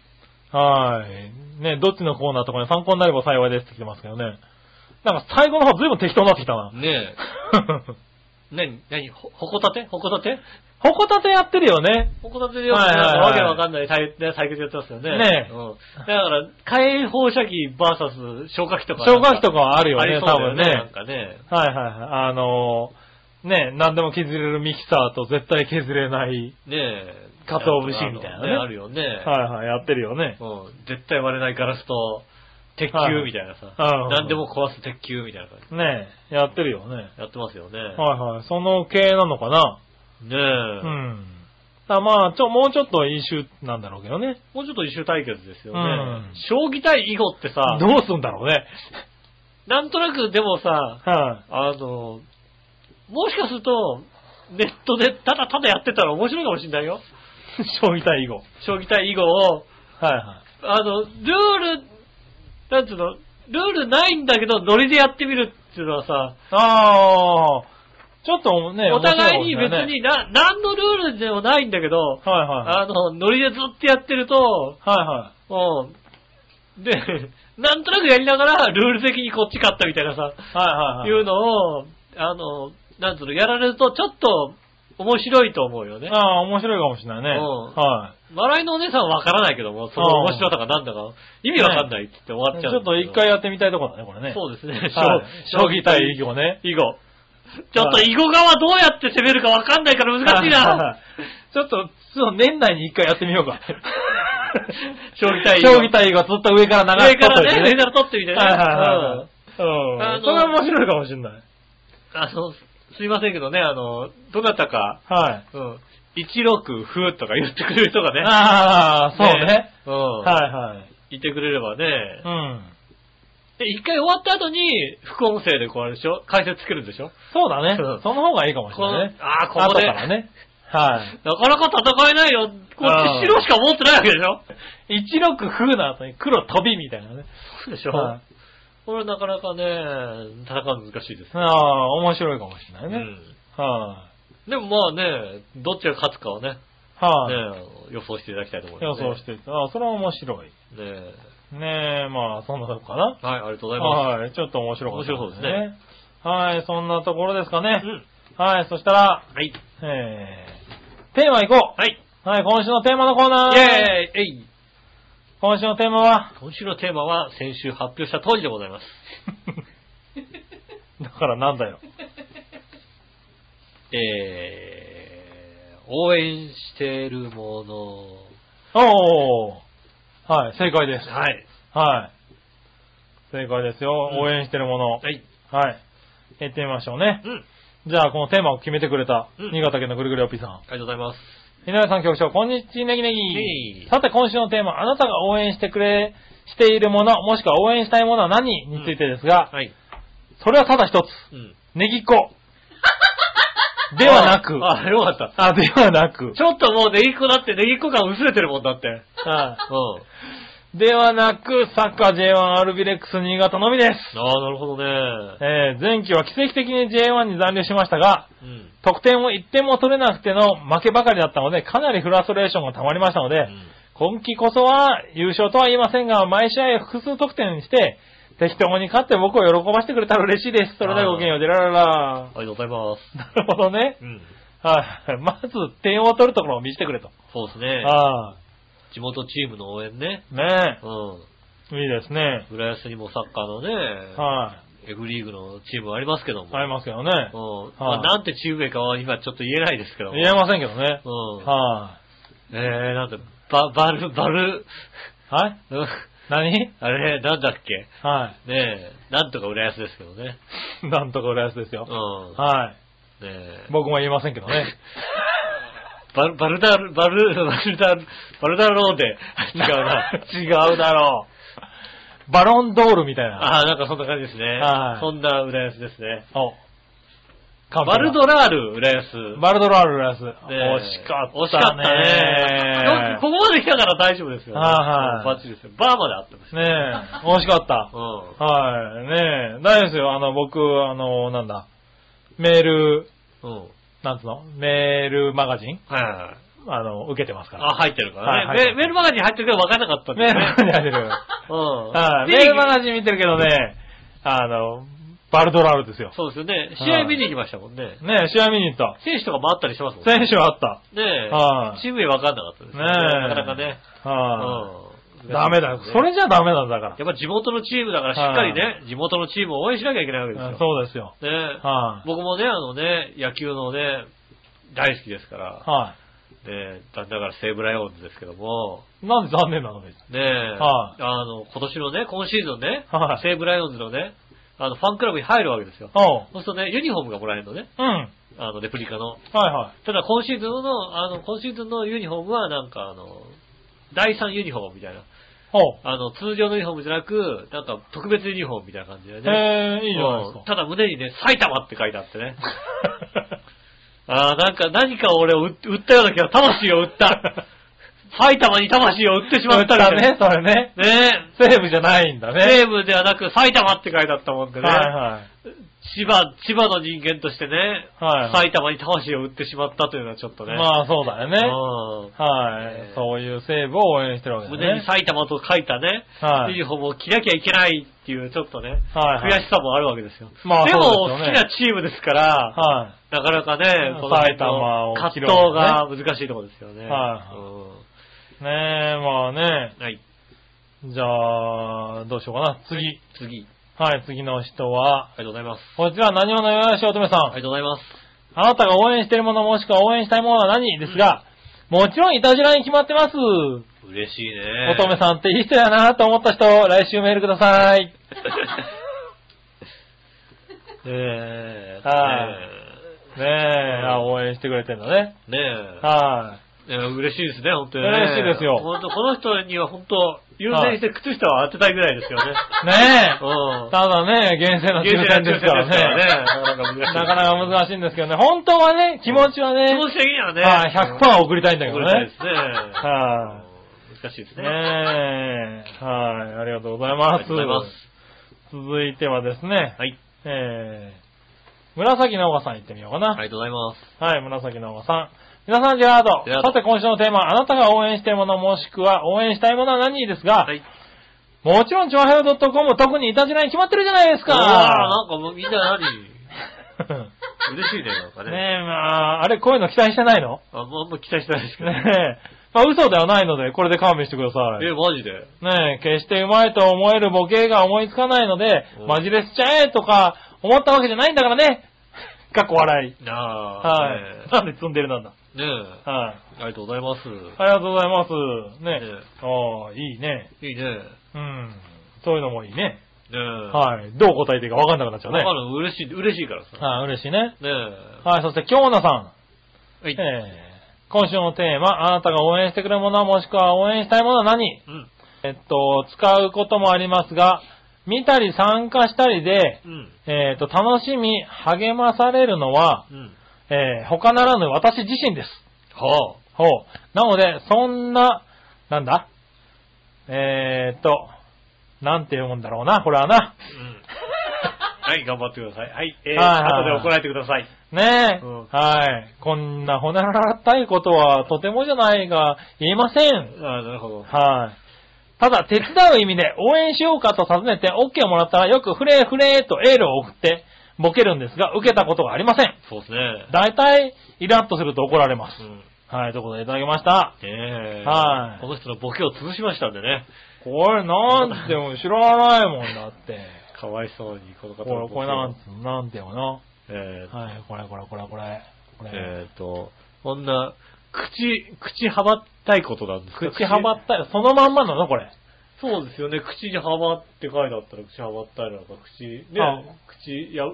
はい。ね、どっちのコーナーとかに参考になれば幸いですって来てますけどね。なんか最後の方随分適当になってきたな。ねえ。なに、なに、ほ、ほこたてほこたて ほこたてやってるよね。ほこたてでよくはいはいはいなんかわけわかんない対ね対決やってますよね。ねえうん。だから、火炎放射器 VS 消火器とか。消火器とかかはあるよありね、そう多だよ分ね。ね。なんかね。はいはいはい。あのーね、何でも削れるミキサーと絶対削れない。ねえ。鰹節みたいなねあるよね。はいはい、やってるよね。うん。絶対割れないガラスと、鉄はい球みたいなさ。うん何でも壊す鉄球みたいな感じ。ねやってるよね。やってますよね。はいはい、その系なのかな。ねえ。うん。だまあ、ちょ、もうちょっといい種なんだろうけどね。もうちょっと一周対決ですよね。うん将棋対囲碁ってさ、どうすんだろうね。なんとなくでもさ、はい。あの、もしかすると、ネットでただただやってたら面白いかもしれないよ。将棋対囲碁。はい 将棋対囲碁を、はあの、ルール、なんつうの、ルールないんだけど、ノリでやってみるっていうのはさ、い。ああ、ちょっとね、お互いに別面白かもしれないね。にな、何のルールでもないんだけど、はいはい。あの、ノリでずっとやってると、はいはうん。で、なんとなくやりながら、ルール的にこっち勝ったみたいなさ、い。はいはいはい。いうのを、あの、なんつうの、やられるとちょっと面白いと思うよね。ああ、面白いかもしれないね。うんは笑いのお姉さんはわからないけども、その面白さがなんだか、意味わかんないって言って終わっい。ちちゃうょんっだとけど。一回やってみたいところだね、これね。そうですね。はい将棋対囲囲碁。碁ね。囲碁。ちょっと囲碁側どうやって攻めるかわかんないから難しいはいはいはな。い。ちょっと、ちょっと年内に一回やってみようか。 将棋対囲碁将棋対囲碁はずっと上から流上れてかっといらてね、上から取ってみたいはいはいなは。いはい。あうのん。それは面白いかもしれない。うんあの、すいませんけどね、あの、どなたか、はい。うん、16風とか言ってくれる人がね。ああ、そうね。。うん。はいはい。いてくれればねう。ん。で、一回終わった後に、副音声でこうあれでしょ解説つけるんでしょそうだねうん。その方がいいかもしれないねこ。のあーここで後からね。はい。なかなか戦えないよ。こっあちー白しか持ってないわけでしょ一六風の後に黒飛びみたいなね。そうでしょ、はいこれなかなかね、戦うの難しいですああ、面白いかもしれなね。いね。うはん。でもまあね、どっちが勝つかをね、い。はい。ね予想していただきたいと思い予ます、ね。想して。ああ、それは面白い。て。ねねえ、まあ、そんなとこかな。はい、ありがとうございまはい、ちょっと面白かった、面白そうですね。はい、そんなところですかねす。。うん。はい、そしたら、はい。えー、テーマいこはい。う。はい、今週のテーマのコーナー。イェーイえい今週のテーマ は、今週のテーマは先週発表した通りでございます。だからなんだよ。えー、応援しているもの。おー。はい、正解です。はい。はい。正解ですよ。うん応援してるもの。はい。はい。やってみましょうねう。ん。じゃあ、このテーマを決めてくれた、うん新潟県のぐるぐるおっぴーさん。ありがとうございます。井上さん局長、こんにちは、ネギネネギギ。さて、今週のテーマ、あなたが応援してくれ、しているもの、もしくは応援したいものは何についてですが、はい。それはただ一つ、うん。ネギ っ子。ではなく、あ、あよかった。あ、ではなく、ちょっともうネギっ子だって、ネギっ子感薄れてるもんだって。はうん。いではなく、サッカー J1 アルビレックス新潟のみです。ああ、なるほどね。えー前期は奇跡的に J1 に残留しましたが、うん。得点を1点も取れなくての負けばかりだったので、かなりフラストレーションが溜まりましたので、今季こそは優勝とは言いませんが、毎試合複数得点して、適当に勝って僕を喜ばせてくれたら嬉しいです。それではごきげんよう、でらららありがとうございます。なるほどね。うん。はい。まず、点を取るところを見せてくれと。そうですね。ああ。地元チームの応援ね。ねうん。え。いいですね。浦安にもサッカーのね、は F リーグのチームありますけども。い。ありますけどうん。ね。まはいあ、なんてチーム名かは今ちょっと言えないですけども。言えませんけどね。うん。はえー、なんだ、バ、バル、バル、い。はいうん何あれ、なんだっけはねえ、なんとか浦安ですけどね。い。 なんとか浦安ですうよ。ん。はい。ねえ。僕も言えませんけどね。バル、バルダル、バル、バルダル、バルダルローで、 違う な。 違うだろう。バロンドールみたいな。ああ、なんかそんな感じですね。はいそんな浦安ですね。お。完璧バルドラール、浦安。バルドラール浦安。ね惜しかったね。惜しかったね。こここまで来たから大丈夫ですよ、ね。はいはいバッチリですよ。バーまであってます。ねえ、惜しかった。うん。はい、ねえ、大丈夫ですよ。あの、僕、あの、なんだ、メール、うん。なんつうのメールマガジンはいはいはい。あの、受けてますから。あ、入ってるからね。はい入ってるメメールマガジン入ってるけど分からなかったんだメーよルねマガジン入ってる。うん。はい、メールマガジン見てるけどね、あの、バルドラールですよ。そうですよね。試合見に行きましたもんね。ねえ、試合見に行った。選手とか回ったりしますもんね。選手はあった。ねえ。はいチーム名分かんなかったですねえ。ね。なかなかね。はうい、ん。ダメだ。それじゃダメなんだかやっぱ地元のチームだからしっかりね、地元のチームを応援しなきゃいけないわけですら。うんよ。そうですよ。ねえはい、僕もね、あのね、野球のね、大好きですから、はい、ねだだから西武ライオンズですけども、なんで残念なの別にねはいあの、今年のね、今シーズンね、はい西武ライオンズのね、あの、ファンクラブに入るわけですよ。おう。そうするとね、ユニフォームがもらえるのね、うん。はいあの、レプリカの。はただ今シーズンの、あの、今シーズンのユニフォームはなんかあの、第3ユニフォームみたいな。い。おう。あの、通常のユニフォームじゃなく、なんか特別ユニフォームみたいな感じでね。へえ、いいじゃないですうんか。ただ胸にね、埼玉って書いてあってね。 ああ、なんか何か俺を売売ったような気が、魂を売った。埼玉に魂を売ってしまったみたいだなね、それね。ねセーブじゃないんだえ。ね。西武ではなく埼玉って書いてあったもんでね。はいはい。千葉、千葉の人間としてね、はいは埼い玉に魂を売ってしまったというのはちょっとね。まあそうだよね。うんはいね。そういうセーブを応援してるわけです胸にね。埼玉と書いたね、はいユニフォームを着なきゃいけないっていう、ちょっとね、はいはい悔しさもあるわけですよ。まあでそうも、です好よねきなチームですから、はなかなかね、この辺埼玉のを葛着藤るわが難しいところですよね。はいい。ねえ、まあね。うんはい。じゃあ、どうしようかな。次。次。はい、次の人は、ありがとうございます。こちら、何者よよしおとめさありがん。とうございます。あなたが応援しているものもしくは応援したいものは何ですが、もちろんいたじらに決まってます。嬉しいね。おとめさんっていい人やなと思った人、来週メールください。ん。 ねえ。はいねうえ、んあ応援してくれてんだね。ねえ。はい。いや嬉しいですね、本当に、ね。嬉しいですよ本当、この人には本当、優先して靴下を当てたいぐらいですよ ね。ねえ。うん。ただね、厳正な抽選ですからね。厳正な抽選ですからねなかなか難しいんですけどね。本当はね、気持ちはね、気持ち的にはね。はい100%送りたいんだけどね送りたいですね。はうん難しいですい、ね。ねえ。はい、ありがとうござあいまりがす。とうございます。続いてはですね、はい。えー、紫のおばさん行ってみようかな。ありがとうございます。はい、紫のおばさん。皆さん、ジェラード。ジェラードさて、今週のテーマ、あなたが応援しているものもしくは応援したいものは何ですが、はい。もちろん、チョアヘドットコム、特にいたじらに決まってるじゃないですうわーなか。んかもうみんな何 嬉しいね、なんかねえ、ね。まあ、あれ、こういうの期待してないのあ、もうあんま期待してないですけど。ねえ。まあ、嘘ではないので、これで勘弁してくださいえ、。マジで。ねえ、決してうまいと思えるボケが思いつかないのでう、んマジレスちゃえとか思ったわけじゃないんだからね。 かっこ笑い。なあ。はねい。なんで積んでるなんだ。えねえ。はい。ありがとうございます。ありがとうございます。ねねえ。ああ、いいね。いいね。ねうん。そういうのもいいね。え。い。はい。どう答えていいかわかんなくなっちゃうね。あの、嬉しい、嬉しいからさ。はい、嬉しいね。ねえ。はい、そして、京奈さん。はい。えー今週のテーマ、あなたが応援してくれるものもしくは応援したいものは何うん。えっと、使うこともありますが、見たり参加したりで、うん。えっと、楽しみ、励まされるのは、うん。えー他ならぬ私自身です。はほう。なので、そんな、なんだえーっと、なんて読むんだろうな、これはな。あ。うん。はい、頑張ってください。はい。えー、はいはい後で怒られてください。ねえ、うんはい。こんなほならったいことはとてもじゃないが、言えません。あなるほど。はい。ただ、手伝う意味で応援しようかと尋ねて OK をもらったらよくフレーフレーとエールを送ってボケるんですが、受けたことがありません。そうですね。大体、イラッとすると怒られます。うん。はい、ということでいただきました。ええはいこの人のボケを潰しましたんでね。これなんても知らないもんだ って。かわいそうに、このこ方のボれ、ケをこれなん、なんていうのな。えーはい、これ、これ、これ、これ。これえーと、こんな、口、口はばったいことなんですか口はばったい。そのまんまなのこれ。そうですよね。口にはまって書いてあったら口はまったいなのか、口、ねあ、口、や、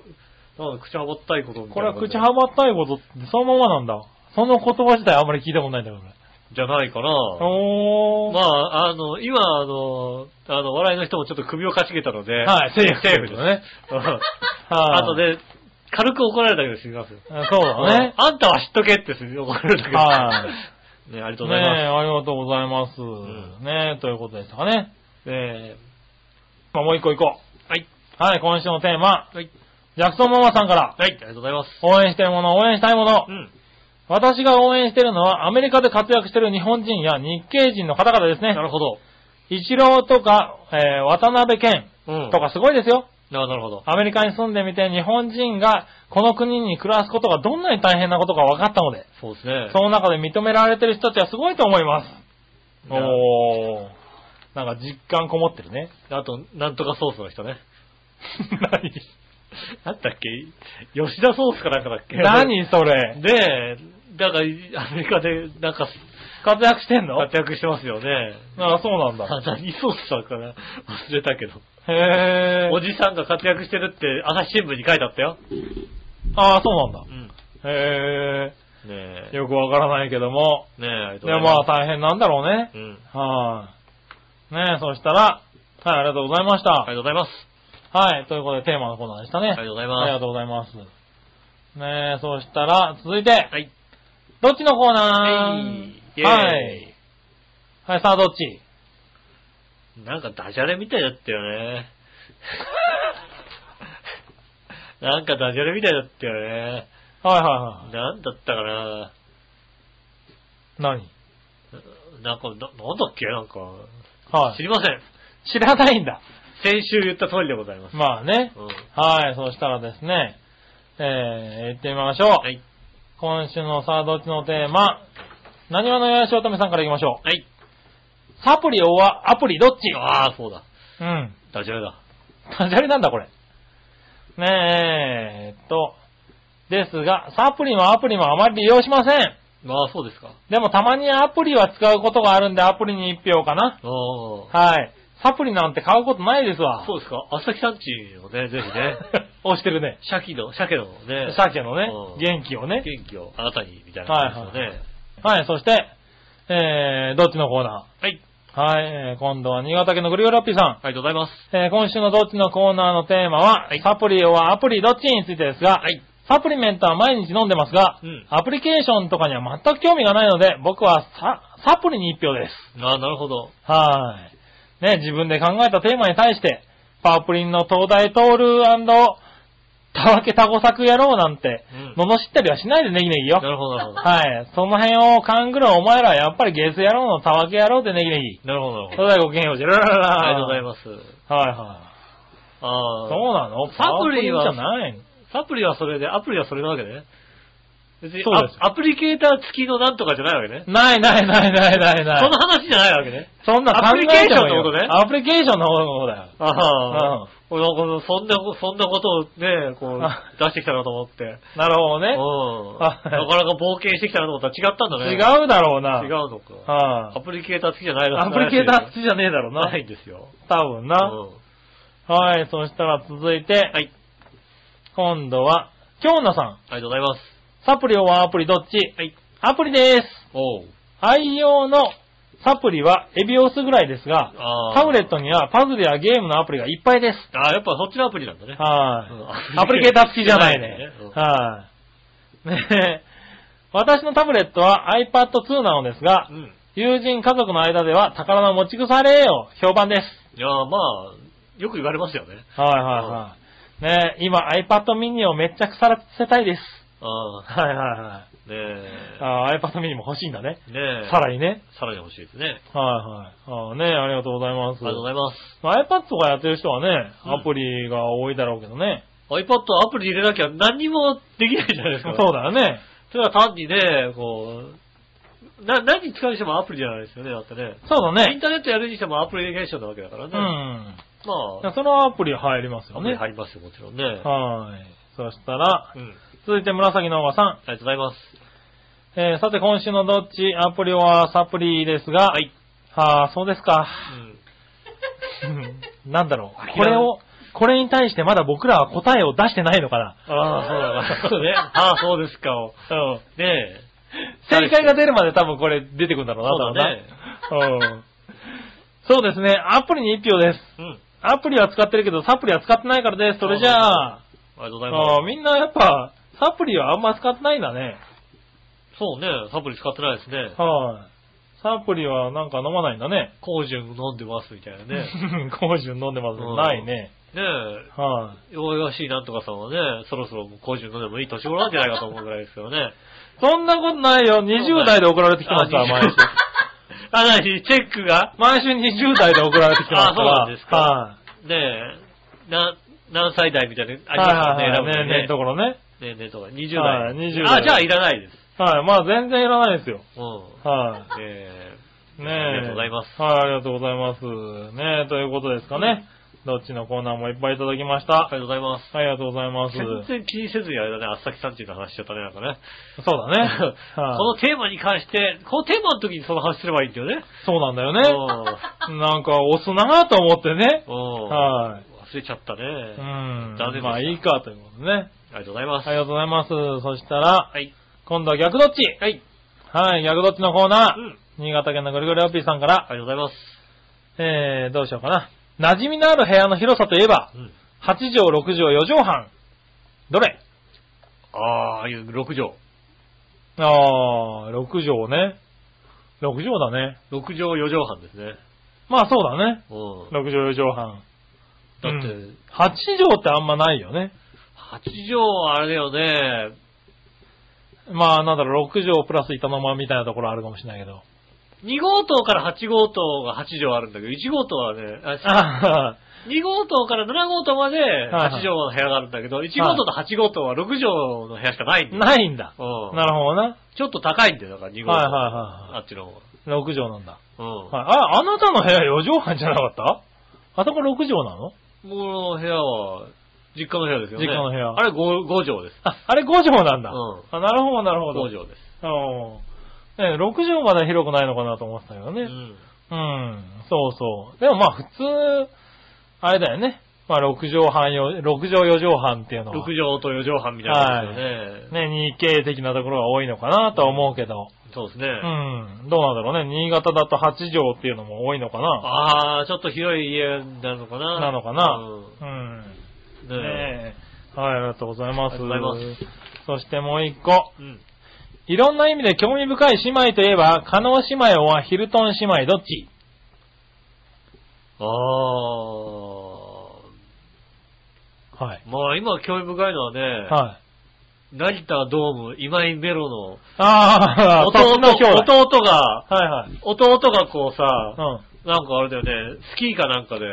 なんだ口はまったいことみたこいれなは感じ口はばったいことってそのままなんだ。その言葉自体あんまり聞いたことないんだけど、俺じゃないかな。おー。まあ、あの、今、あの、あの、笑いの人もちょっと首をかしげたので、はい、セーフ、セーフですだね。うんはい。あと、で、軽く怒られたけど死にますよ。そうだね。あんたは知っとけって怒られるんだけど。は ね、ありがとうごねえ、ざいます。ありがとうございます。んねえ、ということでしたかね。えまあ、もう一個行こう。はい。はい、今週のテーマ。はい。ジャクソンママさんからー、はい、ありがとうございます。応援してるもの、応援したいもの。うん。私が応援してるのは、アメリカで活躍してる日本人や日系人の方々ですねな。るほど。イチローとか、えー渡辺健うん。とかすごいですよ。ななるほど。アメリカに住んでみて、日本人がこの国に暮らすことがどんなに大変なことか分かったので、そうですね。その中で認められてる人たちはすごいと思います。いやおー。なんか実感こもってるね。あと、なんとかソースの人ね。 何あったっけ吉田ソースかなんかだっけ何それで、だから、アメリカで、なんか、活躍してんの活躍してますよね。ああ、そうなんあだ。何ソースだから忘れたけど。へえ。おじさんが活躍してるって、朝日新聞に書いてあったよ。ああ、そうなんうん。ねだ。へええ。。よくわからないけども。ねえ、ありがとでうございままあ大変なんだろうねす。。うん。はい、ねえ、そしたら、はい、ありがとうございました。ありがとうございます。はい、ということでテーマのコーナーでしたね。ありがとうございますありがとうございます。ねえ、そしたら、続いて、はい。どっちのコーナはいーはい。。はい、さあどっちなんかダジャレみたいだったよね。なんかダジャレみたいだったよね。はいはなんだったかないはない。んか、な、なんだっけなんか、何は知い。りません。知らないんだ。先週言った通りでございます。まあね。うん。はい、そしたらですね、えー、行ってみましょう。はい。今週のさあどっちのテーマ、何わのよやしおとめさんから行きましょはい。う。サプリはアプリどっちああ、そうだ。うん。ダジャレだ。ダジャレなんだ、これ。ねえ、えっと。ですが、サプリもアプリもあまり利用しません。まあ、そうですか。でもたまにアプリは使うことがあるんで、アプリに一票かな。ああ。はい。サプリなんて買うことないですわ。そうですか。あさきさんちをね、ぜひ ね、 押してるね。鮭の、鮭のね、鮭のねう、ん元気をね。元気をあなたに、みたいな感じですよね。はい、そして、えー、どっちのコーナはい。ーはい、えー今度は新潟県のグリオラッピーさん。ありがとうございます。えー今週のどっちのコーナーのテーマは、サプリはアプリどっちについてですが、はいサプリメントは毎日飲んでますが、うんアプリケーションとかには全く興味がないので、僕はササプリに一票です。ああ、なるほど。はーい。ね、自分で考えたテーマに対して、パープリンの東大トールたわけタコ作野郎なんて、うん罵ったりはしないでネギネギよ。なるほど、な るほど。はい。その辺を勘ぐるお前らはやっぱりゲス野郎のたわけ野郎でネギネギ。なるほど、なるほそど。れではごきげんよう、じゃらららら。ありがとうございます。はいはい。ああ。そうなのサプリはパープリンじゃないのサプリはそれで、アプリはそれなわけね。別にそうですアアプリケーター付きのなんとかじゃないわけね。ないないないないないそないの。話じゃないわけね。そんな考えてもいいよアアプリケーションのことだよ。あうんあ。このこのそんな、そんなことをね、こあう、出してきたなと思って。なるほうん。どなかなか冒険してきたなと思ったら違ったんだね。違ね。うだろうな。違う。のか。はアプリケーター付きじゃないい。らしいアプリケーター好きじゃねえだろうなな。いんですよ。多分うな。んはい、そしたら続いて。はい。今度は、京奈さん。ありがとうございます。サプリはアプリどっちはい。アプリです。おう。愛用のサプリはエビオスぐらいですが、あタブレットにはパズルやゲームのアプリがいっぱいです。ああ、やっぱそっちのアプリなんだね。はい、うんアプリケーター付きじゃないねうん。はい、ねえ私のタブレットは iPad2 なのですがう、ん。友人家族の間では宝の持ち腐れよ、評判です。いやーまあ、よく言われますよね。はいはいはい。ねえ今 iPad mini をめっちゃ腐らせたいです。あ あ、はいはいはねえい。。あー iPad mini も欲しいんだね。ねえ。さらにね。さらに欲しいですね。はいはい。あーねえありがとうございまあすり。がとうございます。まあ iPad とかやってる人はね、うんアプリが多いだろうけどね。 iPad はアプリ入れなきゃ何にもできないじゃないですそか。うだ。だよね。それは単にね、こう、な、何に使うにしてもアプリじゃないですよね、だってね。そうだインね。ターネットやるにしてもアプリケーションなわけだからね。うん。だかまらそのアプリ入りますあ、アよプリね。入りますよ、もちろんね。うん。あはい。そしたら、り続いて紫のおばさん。がとうございます。えーさて今週のどっちアプリはサプリですが、はい。はあ、そうですか。うん。うんなんだろう。これを、これに対してまだ僕らは答えを出してないのかな。ああ、そうだな。そうね。ああ、そうですか。ねえ。正解が出るまで多分これ出てくるんだろうな、多分な。うんそうですね。アプリに1票です。うん。アプリは使ってるけど、サプリは使ってないからです。それじゃあ、ありがとうございあーます。みんなやっぱ、サプリはあんま使ってないんだね。そうね。サプリ使ってないですね。はい。サプリはなんか飲まないんだね。コージュン飲んでますみたいなね。 ねコージュン飲んでます。うんないね。え。はい。弱々しいなんとかさんはね、そろそろもうコージュン飲んでもいい年頃なんじゃないかと思うぐらいですよね。そんなことないよ。20代で送られてきてますから、毎週。あ、なに、チェックが毎週20代で送られてきてますか ら。あそうなんですかねえ、な、何歳代みたいな、あはい。りますよね、選ぶはいはいはい。ねえねえところね。ねえねえとか、20は代。い20代あ、じゃあいらないです。はい。まあ全然いらないですよ。うん。はえい。ねえ。ありがとうございますはい、ありがとうございます。ねえ、ということですかね。どっちのコーナーもいっぱいいただきましー、あた。りがとうございます。ありがとうございます。全然気にせずにあれだね、あっさきさんちの話しちゃったね、なんかね。そう だね。はいこのテーマに関して、このテーマの時にその話すればいいんだよね。そうなんだよね。なんか押すなぁと思ってね。うん。うんはい。忘れちゃったね。うあん残念でした。まあいいかということでね。りがとうございます。ありがとうございます。そしたら、はい。今度は逆どっちはい。はい、逆どっちのコーナうー。ん。新潟県のぐるぐるおっぴーさんから、ありがとうございます。えー、どうしようかな。馴染みのある部屋の広さといえばう、ん。 8畳、6畳、4畳半。どれああ、いう6畳。あー、6畳ね。6畳だね。 6畳4畳半ですね。まあそうだね。うん。 6畳、4畳半。だって、うん8畳ってあんまないよね。 8畳はあれだよね。まあなんだろう、6畳プラス板の間みたいなところあるかもしれないけど。 2号棟から8号棟が8畳あるんだけど、1号棟はね、ああ2号棟から7号棟まで8はい畳の部屋があるんだけど、1号棟と8号棟は6畳の部屋しかないんだーよ。ないんだ。うんなるほどな。ちょっと高いんだよ、だから2号棟。はいはいはいあっちの方が。 6畳なんだ。うん。はい、あ、あなたの部屋4畳半じゃなかったあそこ6畳なの僕の部屋は、実家の部屋ですよね。実家の部屋あれ 5, 5畳です。あ、あれ5畳なんだ。うんあ、なるほど、なるほど。 5畳です。うん。ね、6畳まで広くないのかなと思ってたけどね。ううん、ん。そうそう。でもまあ普通、あれだよね。まあ6畳半よ、6畳4畳半っていうの6は、畳と4畳半みたいなことですよね。ね、2K 的なところが多いのかなとは思うけど、そうですね。うん、どうなんだろうね。新潟だと8畳っていうのも多いのかなああ、ちょっと広い家なのかな。なのかなうんうん。ねえ。ねえ。はい、ありがとうございます。ありがとうございますそしてもう一個。うん。いろんな意味で興味深い姉妹といえば、加納姉妹はヒルトン姉妹どっちああ。はい。まあ今興味深いのはね、はい。成田ドーム今井メロのああ、弟の兄弟。弟が、はいはい。弟がこううん。さ、はなんかあれだよね、スキーかなんかで、い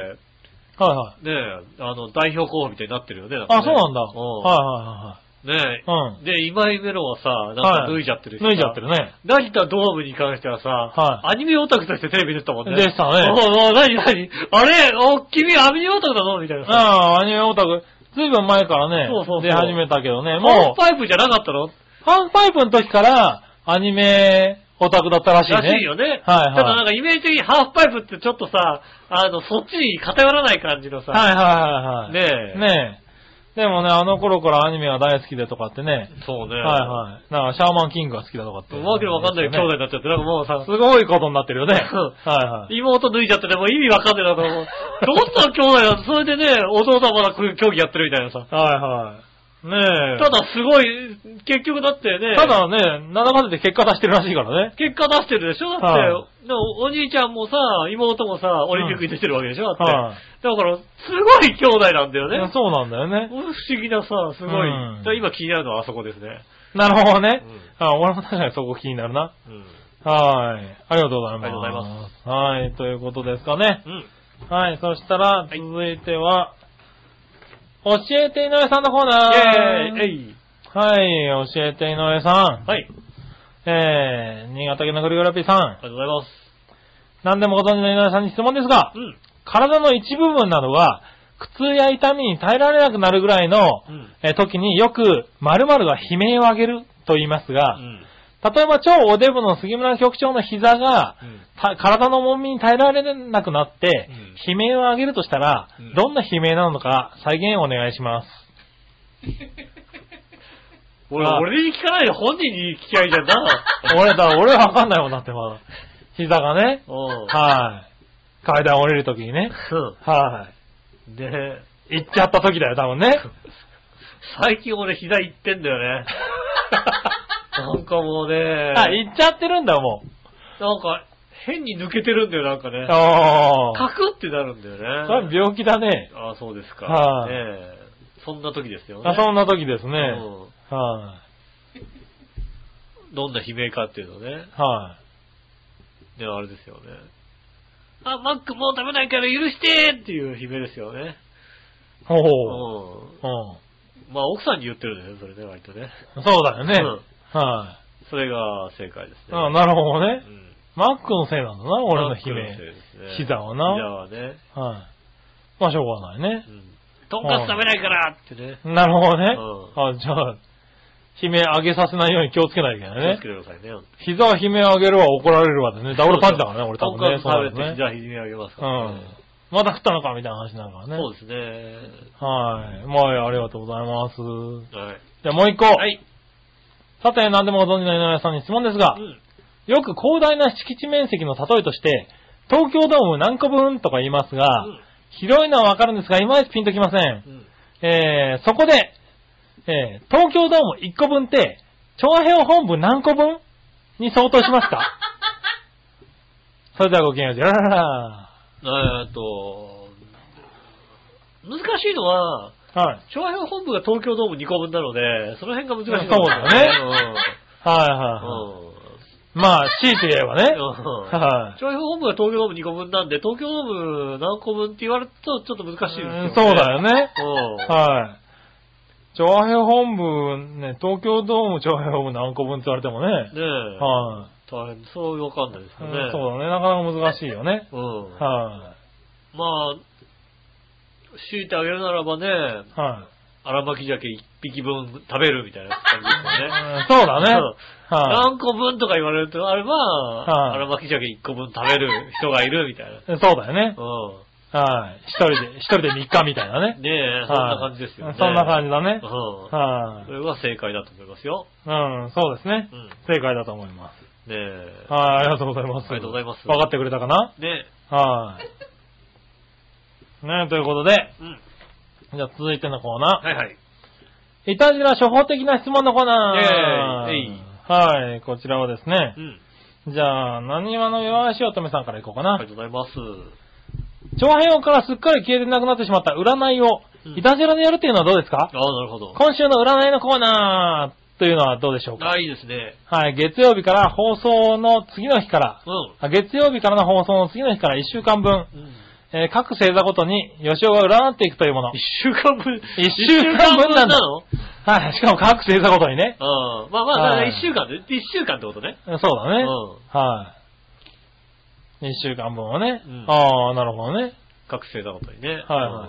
はい。ねえ、あの、代表候補みたいになってるよね。あ、そうなんだ。うはん。ねいはいはいはい。え。で、今井メロはさ、なんか脱いじゃってるし脱いじゃってるね。成田ドームに関してはさ、はアニメオタクとしてテレビ出てたもんね。でしたねおうおう何何あれお君アニメオタクだぞみたいなさ。ああ、アニメオタク。ずいぶん前からね、そうそうそう出始めたけどもね、う、もう、パイプじゃなかったのハンパイプの時から、アニメオタクだったらしいね。らしいよね。はいはいただなんかイメージ的にハーフパイプってちょっとさ、あの、そっちに偏らない感じのさ、はいはいはいはねい。えねえ。でもね、あの頃からアニメが大好きでとかってね。そうね。はいはい。なんかシャーマンキングが好きだとかって。いわけのわかんない兄弟になっちゃって、なんかもうさす、ごいことになってるよね。うんはいはい。妹脱いじゃっててもう意味わかんないなと思う。どんな兄弟だそれでね、弟はまだこういう競技やってるみたいなさ。はいはい。ねえ。た、だすごい、結局だってね、ただね、7月で結果出してるらしいからね。結果出してるでしょだって、はでもお兄ちゃんもさ、妹もさ、オリンピックに出てるわけでしょだって。はいだから、すごい兄弟なんだよいやね。そうなんだよね。不思議なさ、すごい。うんだから今気になるのはあそこですね。なるほどねうん。あ、俺も確かにそこ気になるな。うん。はい。ありがとうございます。ありがとうございまはい、ということですかね。うん。はい、そしたら、続いては、教えて井上さんのコーナー。イェーイえいはい、教えて井上さん。はい。えー、新潟県のグリゴラピーさりん。がとうございます。何でもご存知の稲田さんに質問ですがう、ん。体の一部分などが苦痛や痛みに耐えられなくなるぐらいの、うん。えー時によく〇〇が悲鳴を上げると言いますが、うん。例えば超おデブの杉村局長の膝が、た体の重みに耐えられなくなって、悲鳴を上げるとしたら、うんどんな悲鳴なのか再現お願いします。俺、あ俺に聞かないで本人に聞きゃいいじゃんな。俺だ、俺わかんないもんだってまだ。膝がね、うん。はい。階段降りるときにね、はうん。で、い。行っちゃったときだよ、多分ね。最近俺膝行ってんだよ ね。なんかもうね、あ、行っちゃってるんだ、もう。なんか変に抜けてるんだよ、なんかね。おーカクってなるんだそれよはね。病気だね。ああ、そうですか。はいねえそんな時ですよね。あそんな時ですね。うんはどんな悲鳴かっていうのね。い。はで、あれですよね。あ、マックもう食べないから許してっていう悲鳴ですよね。い。ほううほう。ん。うん。まあ、奥さんに言ってるんだよね、それね、割とね。そうだよね。うんはそれが正解ですい。ね。あなるほどうね。ん。マックのせいなんだな、俺の悲マック鳴。のせいですね膝をな膝はね。はい。まあ、しょうがないうね。ん。とんかつ食べないからってね。なるほどね。うあ、じゃあ、悲鳴上げさせないように気をつけないといけない気をつけ。てくねださいね。膝は悲鳴上げるわ、怒られるわでね。ダブルパンチだからね、俺多分ね。とんかつ食そうなべてん膝でひじめあげますすかね。うらん。また食ったのかみたいな話になるからね。そうですね。はい。まあ、ありがとうございます。はい。じゃあもう一個。はい。さて、何でもご存知の井上さんに質問ですがう、ん。よく広大な敷地面積の例えとして、東京ドーム何個分とか言いますが、広いのはわかるんですが、いまいちピンときません。うんうん。えー、そこで、えー、東京ドーム1個分って、長編本部何個分に相当しま すかそれではごきげんよう。じゃらららえーっと、難しいのは、はい。長編本部が東京ドーム2個分なので、その辺が難しいそうだよね。はいうんはいはい。うんまあ、強いて言えばね。 うんはい。長編本部が東京ドーム2個分なんで、東京ドーム何個分って言われるとちょっと難しいですようねん。そうだよね。うん。はい。長編本部、ね、東京ドーム長編本部何個分って言われてもね。ねえ。は大変。そうわかんないですい、ようねん。そうだね。なかなか難しいよね。うん。はまあ、強いてあげるならばね、い。はい。荒巻鮭1匹分食べるみたいな感じですよね。うんそうだね。うはんい、何個分とか言われるとあれば、い荒巻鮭1個分食べる人がいるみたいな。そうだよね。うはい。一人で、一人で3日みたいなねん。。ねえ、そんな感じですよはねい。そんな感じだね。うん。はそい、れは正解だと思いますよ。うん、そうですねう。ん。ね正解だと思いまえす。。はい、ありがとうございます。ありがとうございます分かってくれたかなねはい。ねということで、え。うん。じゃあ続いてのコーナー。はいはい。いたじら初歩的な質問のコーナー。イェーイえいはい、こちらはですねう。ん。じゃあ、何話の弱々しおとめさんからいこうかあなり。がとうございます。長編王からすっかり消えてなくなってしまった占いをう、んいたじらでやるっていうのはどうですかあ、あ、なるほど。今週の占いのコーナーというのはどうでしょうかあ、いいですね。はい、月曜日から放送の次の日から、うん。あ月曜日からの放送の次の日から1週間分、うんえー各星座ごとに吉尾が占っていくというもの。一週間分。一週間分なん一だ週間のはい、しかも各星座ごとにね。うん。まあまあ、はい一週間で、一週間ってことね。そうだね。うんはい。1週間分をね。うんああ、なるほどね。覚醒だことにね。はいは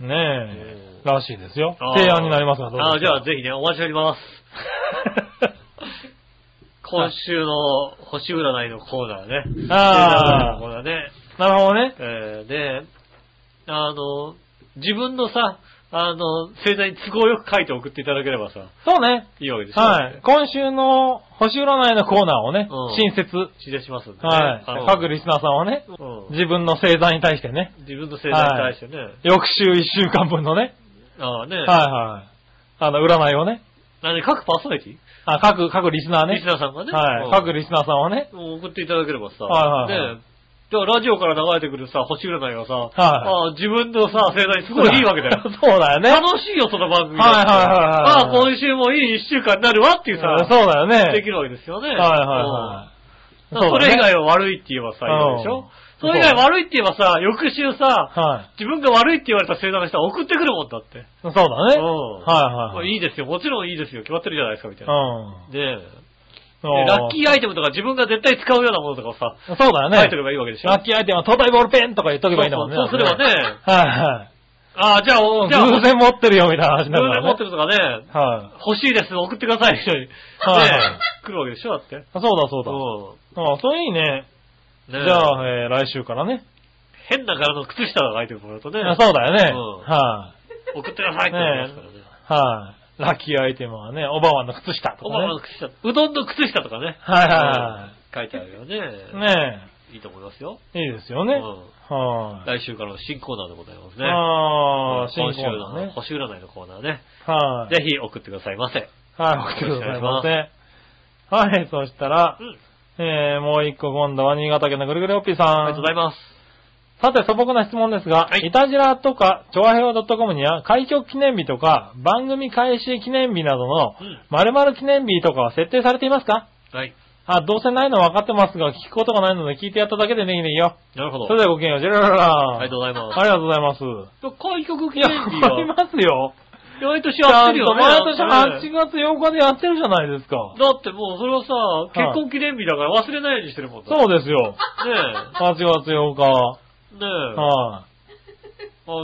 いねええ、らしいですよ。提案になりますが、どうああ、でじすかゃあぜひね、お待ちしております。今週の星占いのコーナーね。あ星占いのーコーナーね。 なるほどね。えー、で、あの、自分のさ、あの、星座に都合よく書いて送っていただければさ、そうね。いいわけですよはい。。今週の星占いのコーナーをね、うん新設。指令しますんでね、あはのい。各リスナーさんはね、うん自分の星座に対してね、自分の星座に対してね、翌週1週間分のね、ああね、はいはい。あの、占いをね、なんで各パーソナリティ、あ各、各リスナーね。リスナーさんがね、はい。各リスナーさんはね、もう送っていただければさ、はいはいはいねじゃあラジオから流れてくるさ、星占いがさ、ああ自分のさ、星座にすごいいいわけだよ。 そうだよね。楽しいよ、その番組はいはいはいはいああ、今週もいい一週間になるわっていうさ、そうだよね。できるわけですよね。はいはういんはい。それ以は外は悪いって言えばさ、いいわけでしうんょそれ以外悪いって言えばさ、翌週さ、はい。自分が悪いって言われた星座の人は送ってくるもんだって。そうだね。うんはいはい。いいですよ、もちろんいいですよ、決まってるじゃないですか、みたいな。うで、ねラッキー。ーアイテムとか自分が絶対使うようなものとかをさ、そうだよね。書いとけばいいわけでしょ。ラッキーアイテムは東大ボールペンとか言っとけばいいんだもんね。そうそうそうすればね。はいはい。ああ、じゃあ、おじゃあ、偶然持ってるよみたいな話にな偶るか然らね。持ってるとかね、はい。欲しいです、送ってください、人に。ね はい来るわけでしょ、だって。あそうだそうだ。うああ、それいいね。ん。じねゃあ、えー来週からね。変な柄の靴下が書いてもらうとね、あそうだよね。うんは送ってくださいって言われますからね。い。はい。ラッキーアイテムはね、オバマの靴下とおかばねの。靴下、うどんの靴下とかね。はいは書いてあるよいね。はい。ねいいと思いますよ。え、いいですよね。うはい。来週からの新コーナーでございますね。ああ、今新コ週ーナーのね。星占いのコーナーね。はい。ぜひ送ってくださいませ。はい、送ってくださいませ。はい、そしたらう、ん。えー、もう一個今度は新潟県のぐるぐるおっぴーさん。ありがとうございます。さて、素朴な質問ですが、はいイタジラとか、調和表 .com には、開局記念日とか、番組開始記念日などうのん、 〇〇記念日とかは設定されていますかはい。あ、どうせないのは分かってますが、聞くことがないので聞いてやっただけでネギネギよ。なるほど。それではごきげんよう、ジェラララありがとうございますありがとうございます。開局い記や、念日ありは、ますよ。毎年やってるよね。ちゃんと毎年だってね8月8日でやってるじゃないですか。だってもうそれはさ、結婚記念日だから忘れないようにしてるもんだ。そうですよ。ね8月8日。え。ねえ。はあ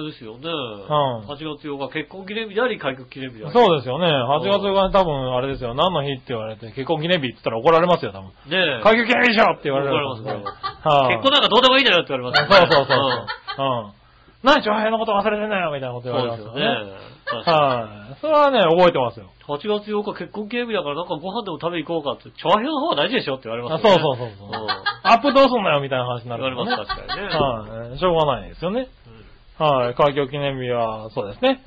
れですよね。ん8月8日結婚記念日であり、開局記念日いであ。り。そうですよね。8月8日に多分、あれですよ。何の日って言われて、結婚記念日って言ったら怒られますよ、多分。ねえ。会議記念日でしょって言われる。怒られますはい。結婚なんかどうでもいいんだよって言われますそようねそうそうそう。うん。何、長平のこと忘れてんだよみたいなこと言わうんれまそうですすよよねね。。確かにはい。それはね、覚えてますよ。 8月8日結婚記念日だからなんかご飯でも食べ行こうかって、長編の方が大事でしょって言われまあすそうよね。そうそうそう。んアップどうすんだよみたいな話にな言るかわれらます、確ね。かにね。はい。しょうがないですよね。うんはい。開業記念日は、そうですね。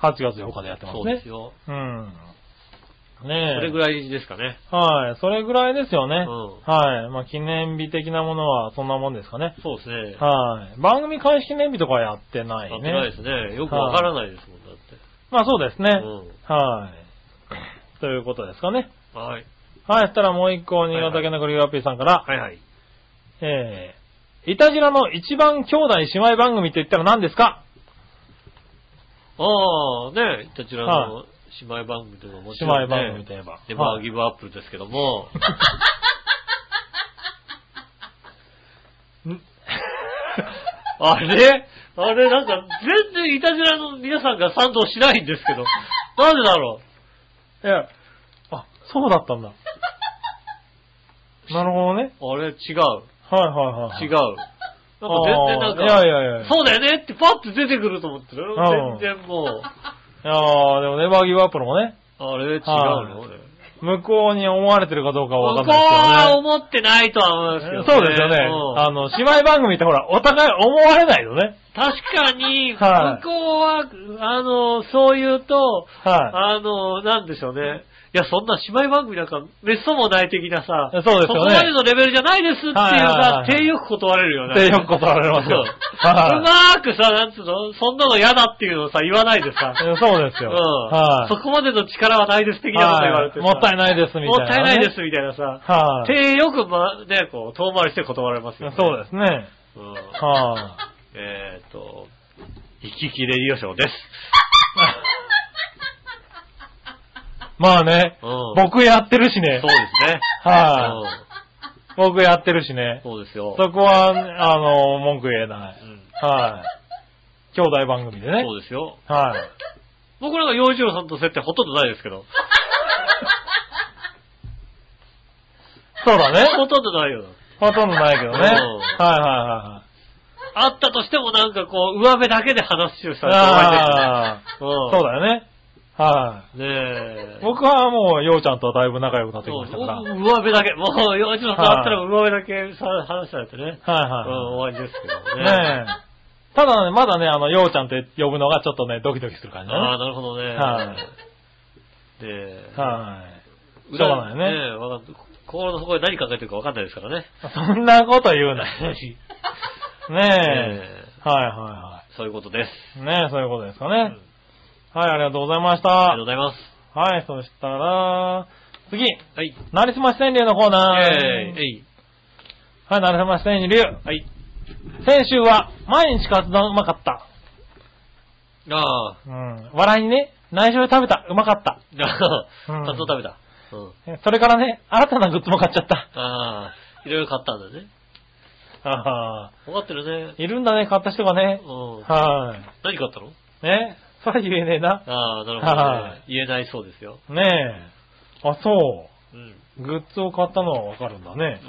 8月8日でやってますそうでねす。よ。うん。そねえ。れぐらいですかね。はい。それぐらいですようね。ん。はい。まあ、記念日的なものはそんなもんですかね。そうですね。はい。番組開始記念日とかやってなやいっね。てないですね。よくわからないですもん、だっまあそうですね。て。はい。ということですかね。うん。はい。はい。そしたらもう一個、新潟県のグリガーピーさんから、はいはい。えー、イタジラの一番兄弟姉妹番組って言ったら何ですかああ、ねえ、こちらはの姉妹番組というのはもちろん、ね。姉妹番組といえばネバはーいギブアップルですけど も。 あれあれなんか全然イタジラの皆さんが賛同しないんですけど。なんでだろいや、あ、そうだった んだ。なるほどね。うあれ違う。はいはいはい。違う。う。なんか全然なんか。いやいやいや。そうだよねってパッと出てくると思ってるう。ん全然もう。いやーでもネバーギブアップルもね、あれ違うの、はね、向こうに思われてるかどうかはわ向かんこうないですはけどね。思ってないとは思いますけどね。そうですよね。うんあの、姉妹番組ってほら、お互い思われないよね。確かに、はい向こうは、あの、そう言うと、はあの、なんでしょうね。いや、そんな姉妹番組なんか、めっそうもない的なさ、そうですよねそこまでのレベルじゃないですっていうはいはいさは、い手よく断れるよい。ね。ってよく断られますそよ。ううはまーくさ、なんつうの、そんなの嫌だっていうのをさ、言わないでさ、い。 そうですうんよ。はい。そこまでの力はないです的なこと言われてさはいもったいないですみたいなねもったいないですみたいなさ、はい。手よくま、ね、こう、遠回りして断れますよ、ね。そうですね。うん。はえーっと、行き来レディオショーです。い。まあね、うん僕やってるしねそう。ですね。。はい僕やってるしね。そうですよ。そこは、あの、文句言えなうい。んはい。兄弟番組でねそ。うですよ。はい。僕なんか洋一郎さんと接点ほとんどないですけど。そうだね。ほとんどないよ。ほとんどないけどうね。んはいはあったとしてもなんかこう、上辺だけで話をしいはい。たりとかああ、ねうんそうだよね。はねえ。い。僕はもう、ようちゃんとはだいぶ仲良くなってきそうまでしすたから。はい上辺だけ。もう洋一郎さんあったら上辺だけさ話したらってね。うん、は終わりですけどい。ね。ねえ。ただね、まだね、あの、ようちゃんって呼ぶのがちょっとね、ドキドキする感じああ、だね。なるほどね。。はいで、はい。裏しょうがないねえわかん心の底で何考えてるかわかんないですからね。そんなこと言うな。ねえ。ええはいはそういうことです。いはい。ねえ、そういうことですかうねん。はい、ありがとうございました。ありがとうございます。はい、そしたら、次、はい。なりすまし川柳のコーナー。えいえい。はい、なりすまし川柳。はい。先週は、毎日カツ丼うまかった。ああ、うん。笑いにね、内緒で食べた、うまかった。 ああ、うんカツオ食べた。うん。それからね、新たなグッズも買っちゃった。ああ、いろいろ買ったんだね。ああ、分かってるね。いるんだね、買った人がねう。ん。はい。何買ったのね。それ言えねえな。ああ、なるほどはね。言えないそうですよ。ねえ。あ、そうん。う。グッズを買ったのはわかるんだね。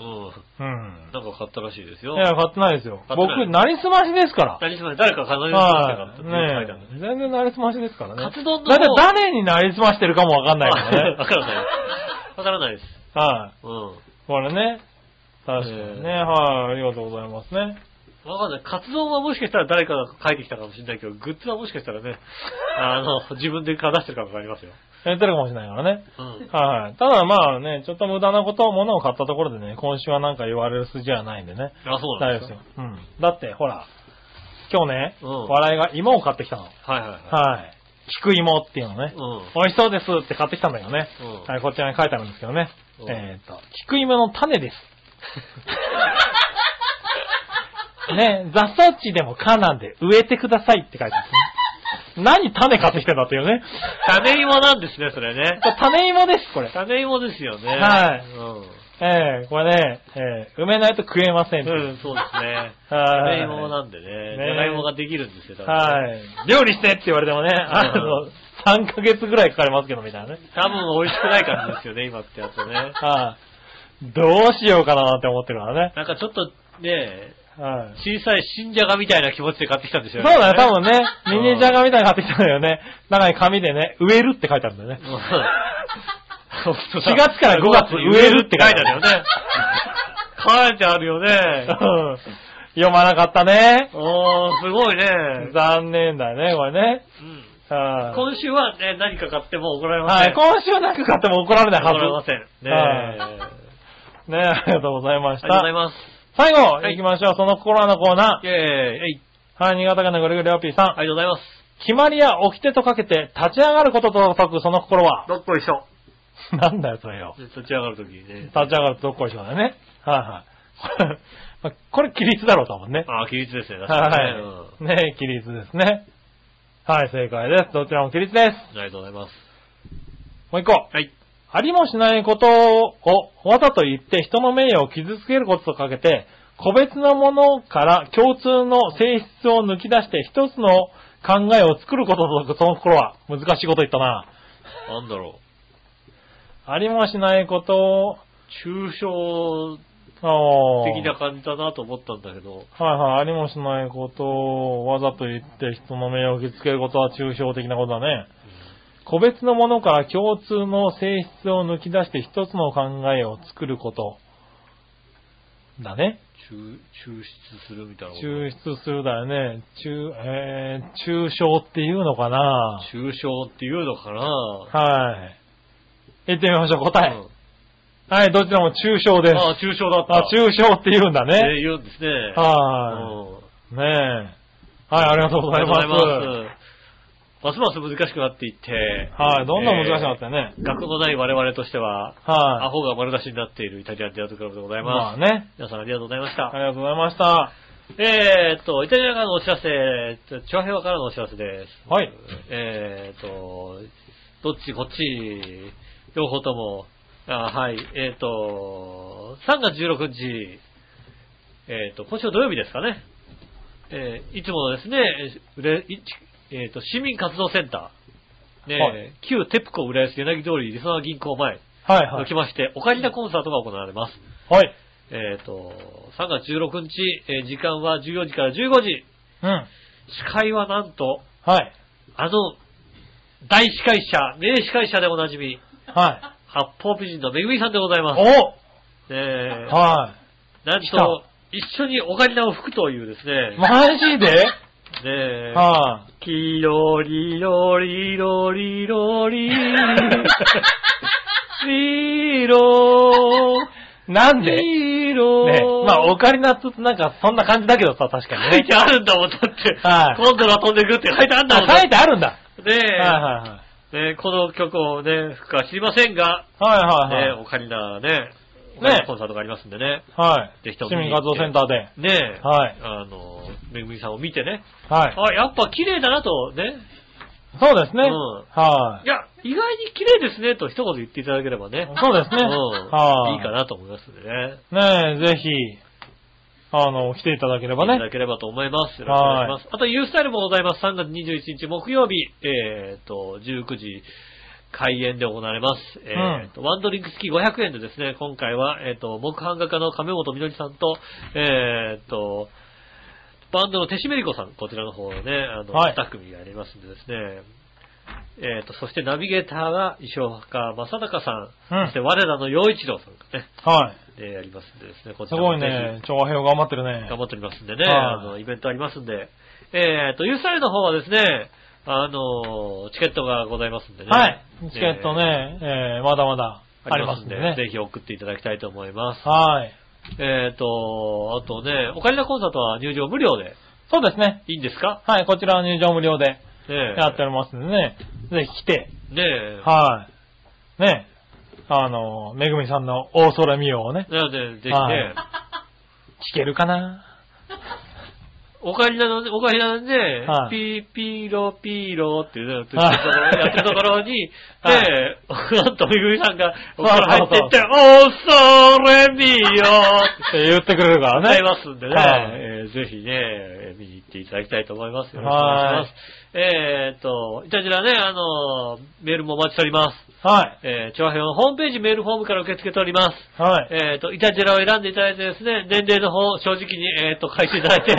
ううんん。。なんか買ったらしいですいよ。や、買ってないですよ。買ってない僕、なりすましですから。何しま誰か飾りはましい。て買ったっていうの書いてあねるえんだね。全然なりすましですからね。カツ丼のだって誰になりすましてるかもわかんないか らあねわ。からない。わからないです。はうん。い。これね。確かにね。ええはい。ありがとうございますね。わかんない。カツ丼はもしかしたら誰かが書いてきたかもしれないけど、グッズはもしかしたらね、あの、自分で出してるかもわかりますよ。やってるかもしれないからね。うん。はい。ただまあね、ちょっと無駄なことを、物を買ったところでね、今週はなんか言われる筋はないんでね。あ、そうな大んで丈夫ですすよよ。。うん。だって、ほら、今日ね、うん笑いが芋を買ってきたの。はいはいはい。はい。菊芋っていうのね。う美味しそうですって買ってきたんだけどね。ん。うん。はい、こちらに書いてあるんですけどね。うんえっ、と、菊芋の種です。 ね、雑草地でもかなんで植えてくださいって書いてある、ね。何種買ってきてんだってい うね。種芋なんですね、それね。種芋です、これ。種芋ですよね。はい。いええこれね、ええ埋めないと食えません。うん。うん、そうですね。 は種い。芋なんでね。ねじゃがいもができるんですよ、多分。はい。料理してって言われてもね、あの、3ヶ月ぐらいかかりますけど、みたいなね。多分美味しくない感じですよね、今ってやつね。はい。どうしようかなって思ってるからね。なんかちょっとね、はい。小さい新じゃがみたいな気持ちで買ってきたんでしょそうだね、多分ね。ね、うんミニジャガみたいに買ってきたんだよね。中に紙でね、植えるって書いてあるんだよね。 4 4月から5月に植えるって書書いいててああるよるね。書いてあるよね。うん読まなかったね。おー、すごいね。残念だね、これね。うんはい今週はね、何か買っても怒られまはせん。い、今週なんか買っても怒られない怒られはません。ねはいえず。ね、ありがとうございましありがとうございた。ます。最後、はい行きましょう。その心のコーナイェーイ。えいー。はい、新潟県のぐるぐるおっぴーさん。ありがとうございます。決まりや掟とかけて立ち上がることと解くその心は。どっこいしょ。なんだよ、それよ。立ち上がるときにね。立ち上がるとどっこいしょだよね。はいはい。 まあこれ、規律だろう、多分ね。あー、規律ですね。確かにねうんはい。ねえ、起立ですね。はい、正解です。どちらも起立です。ありがとうございます。もう一個。はい。ありもしないことをわざと言って人の名誉を傷つけることとかけて、個別なものから共通の性質を抜き出して一つの考えを作ることとその心は難しいこと言ったな。なんだろありもしないことをう。抽象あー、的な感じだなと思ったんだけど、はいはい、ありもしないことをわざと言って人の名誉を傷つけることは抽象的なことだね。個別のものから共通の性質を抜き出して一つの考えを作ること。だね。抽抽出するみたいなこと。抽出するだよね。抽、えー、抽象っていうのかな抽象っていうのかなはい。行ってみましょう、答え。うんはい、どちらも抽象です。ああ、抽象だった。あ、抽象って言うんだえーね。言うんですね。はうんい。ねえ。はい、ありがとうございありがとうございます。ます。ますます難しくなっていって、はい、どんどん難しくなったね。よね。学のない我々としては、アはい。ホが丸出しになっているイタリアンディアートクラブでございままあす。ね。皆さんありがとうございましあた。りがとうございました。えーっと、イタリアからのお知らせ、チョアヘワからのお知らせです。はい。えーっと、どっちこっち、両方とも、あはい、えーっと、3月16日、えーっと、今週の土曜日ですかね。えーいつものですね、うれいえーっと、市民活動センター、ね、はい旧テプコ浦安柳通り、理想の銀行前、はいはのい来。まして、オカリナコンサートが行われます。はい。えーっと、3月16日、えー時間は14時から15時、うん。司会はなんと、はい。あの、大司会者、名司会者でおなじみ、は八方美人のめぐみさんでございます。い。ねえおはなん来たと、一緒にオカリナを吹くというですい。ね、マジでねえ、はキロリロリロリロリ リロい。なんでねリロまあ、オカリナっつってなんかそんな感じだけどさ、確かに書いね。てあるんだもん、だって。はい今度は飛んでくって書いてあるんだもん。あ、書いてあるんだ。ねえ、はいはいはい。ねえこの曲をね、吹くか知りませんが、はいはいね、はい。オカリナね、オねカリナコンサートがありますんでね。はい。ぜひとも市民活動センターで。ねえ、はいあの、めぐみさんを見てね、はい。あ、やっぱ綺麗だなとね、そうですね。うんはいい。や、意外に綺麗ですねと一言言っていただければね。そうですね。うんはいいかなと思いますんでね。ねえ、ぜひ、あの、来ていただければいたねだ。ければと思います。よろしくお願いします。あと、ユースタイルもございます。3月21日木曜日、えっ、と、19時開演で行われます。えっ、と、ワンドリンク付き500円でですね、今回は、えっ、と、木版画家の亀本みのりさんと、えっ、と、バンドの手締めりこさん、こちらの方のね、あの、はい2組やりますんでですね、えっ、と、そしてナビゲーターが石岡正隆さん、うんそして我らの陽一郎さんがね、はい。えーやりますんでですね、こちすらもごいぜひね、長編頑張ってるね頑。張っておりますんでね、はいあの、イベントありますんで、えーと、ユースタイルの方はですね、あの、チケットがございますんでね。はい。チケットえー。ね、えーまだまだあありりまますすんんでで、ね。ぜひ送っていただきたいと思います。はい。えーと、あとね、オカリナコンサートは入場無料でそうですね。いいんですかはい、こちらは入場無料でねやっておりますんでね。ぜひ来て、え。ねえ。はい。ねあの、めぐみさんの大空見ようをね、なので、ぜひはいね、聞けるかなオカリナのね、オカリナのねはい、ピーピーロピーロっていうのをやってはいるところに、ね はいえ、なんとめぐみさんが、そうそうお風そう呂入ってって、おーそれみよって って言ってくれるからございね。ますんでね、はいえーぜひね、えー見に行っていただきたいと思います。よろしくお願はいいします。えーっと、いたじらね、あのー、メールもお待ちしております。はい。えー、長編のホームページメールフォームから受け付けております。はい。えっ、と、イタジェラを選んでいただいてですね、年齢の方、正直に、えっ、と、書いていただ いて、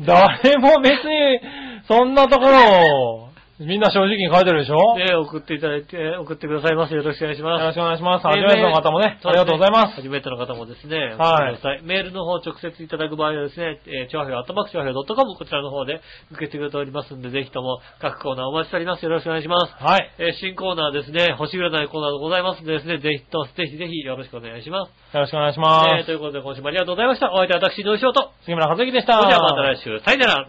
誰も別に、そんなところを、みんな正直に書いてるでしょね、送っていただいて、送ってくださいます。よろしくお願いしよろましす。くお願いします。初めての方もね、ありがとうございます。初めての方もですね、はい送ってください。メールの方直接いただく場合はですね、えー、調和表、頭く調和表 .com こちらの方で受けてくれておりますんで、ぜひとも各コーナーお待ちしております。よろしくお願いします。はい。えー、新コーナーですね、星占いコーナーがございますんでですね、ぜひと、ぜひぜひよろしくお願いします。よろしくお願いしまえーす。ということで今週もありがとうございました。お相手は私、井上翔と。杉村和樹でしそた。れではまた来週、さよなら。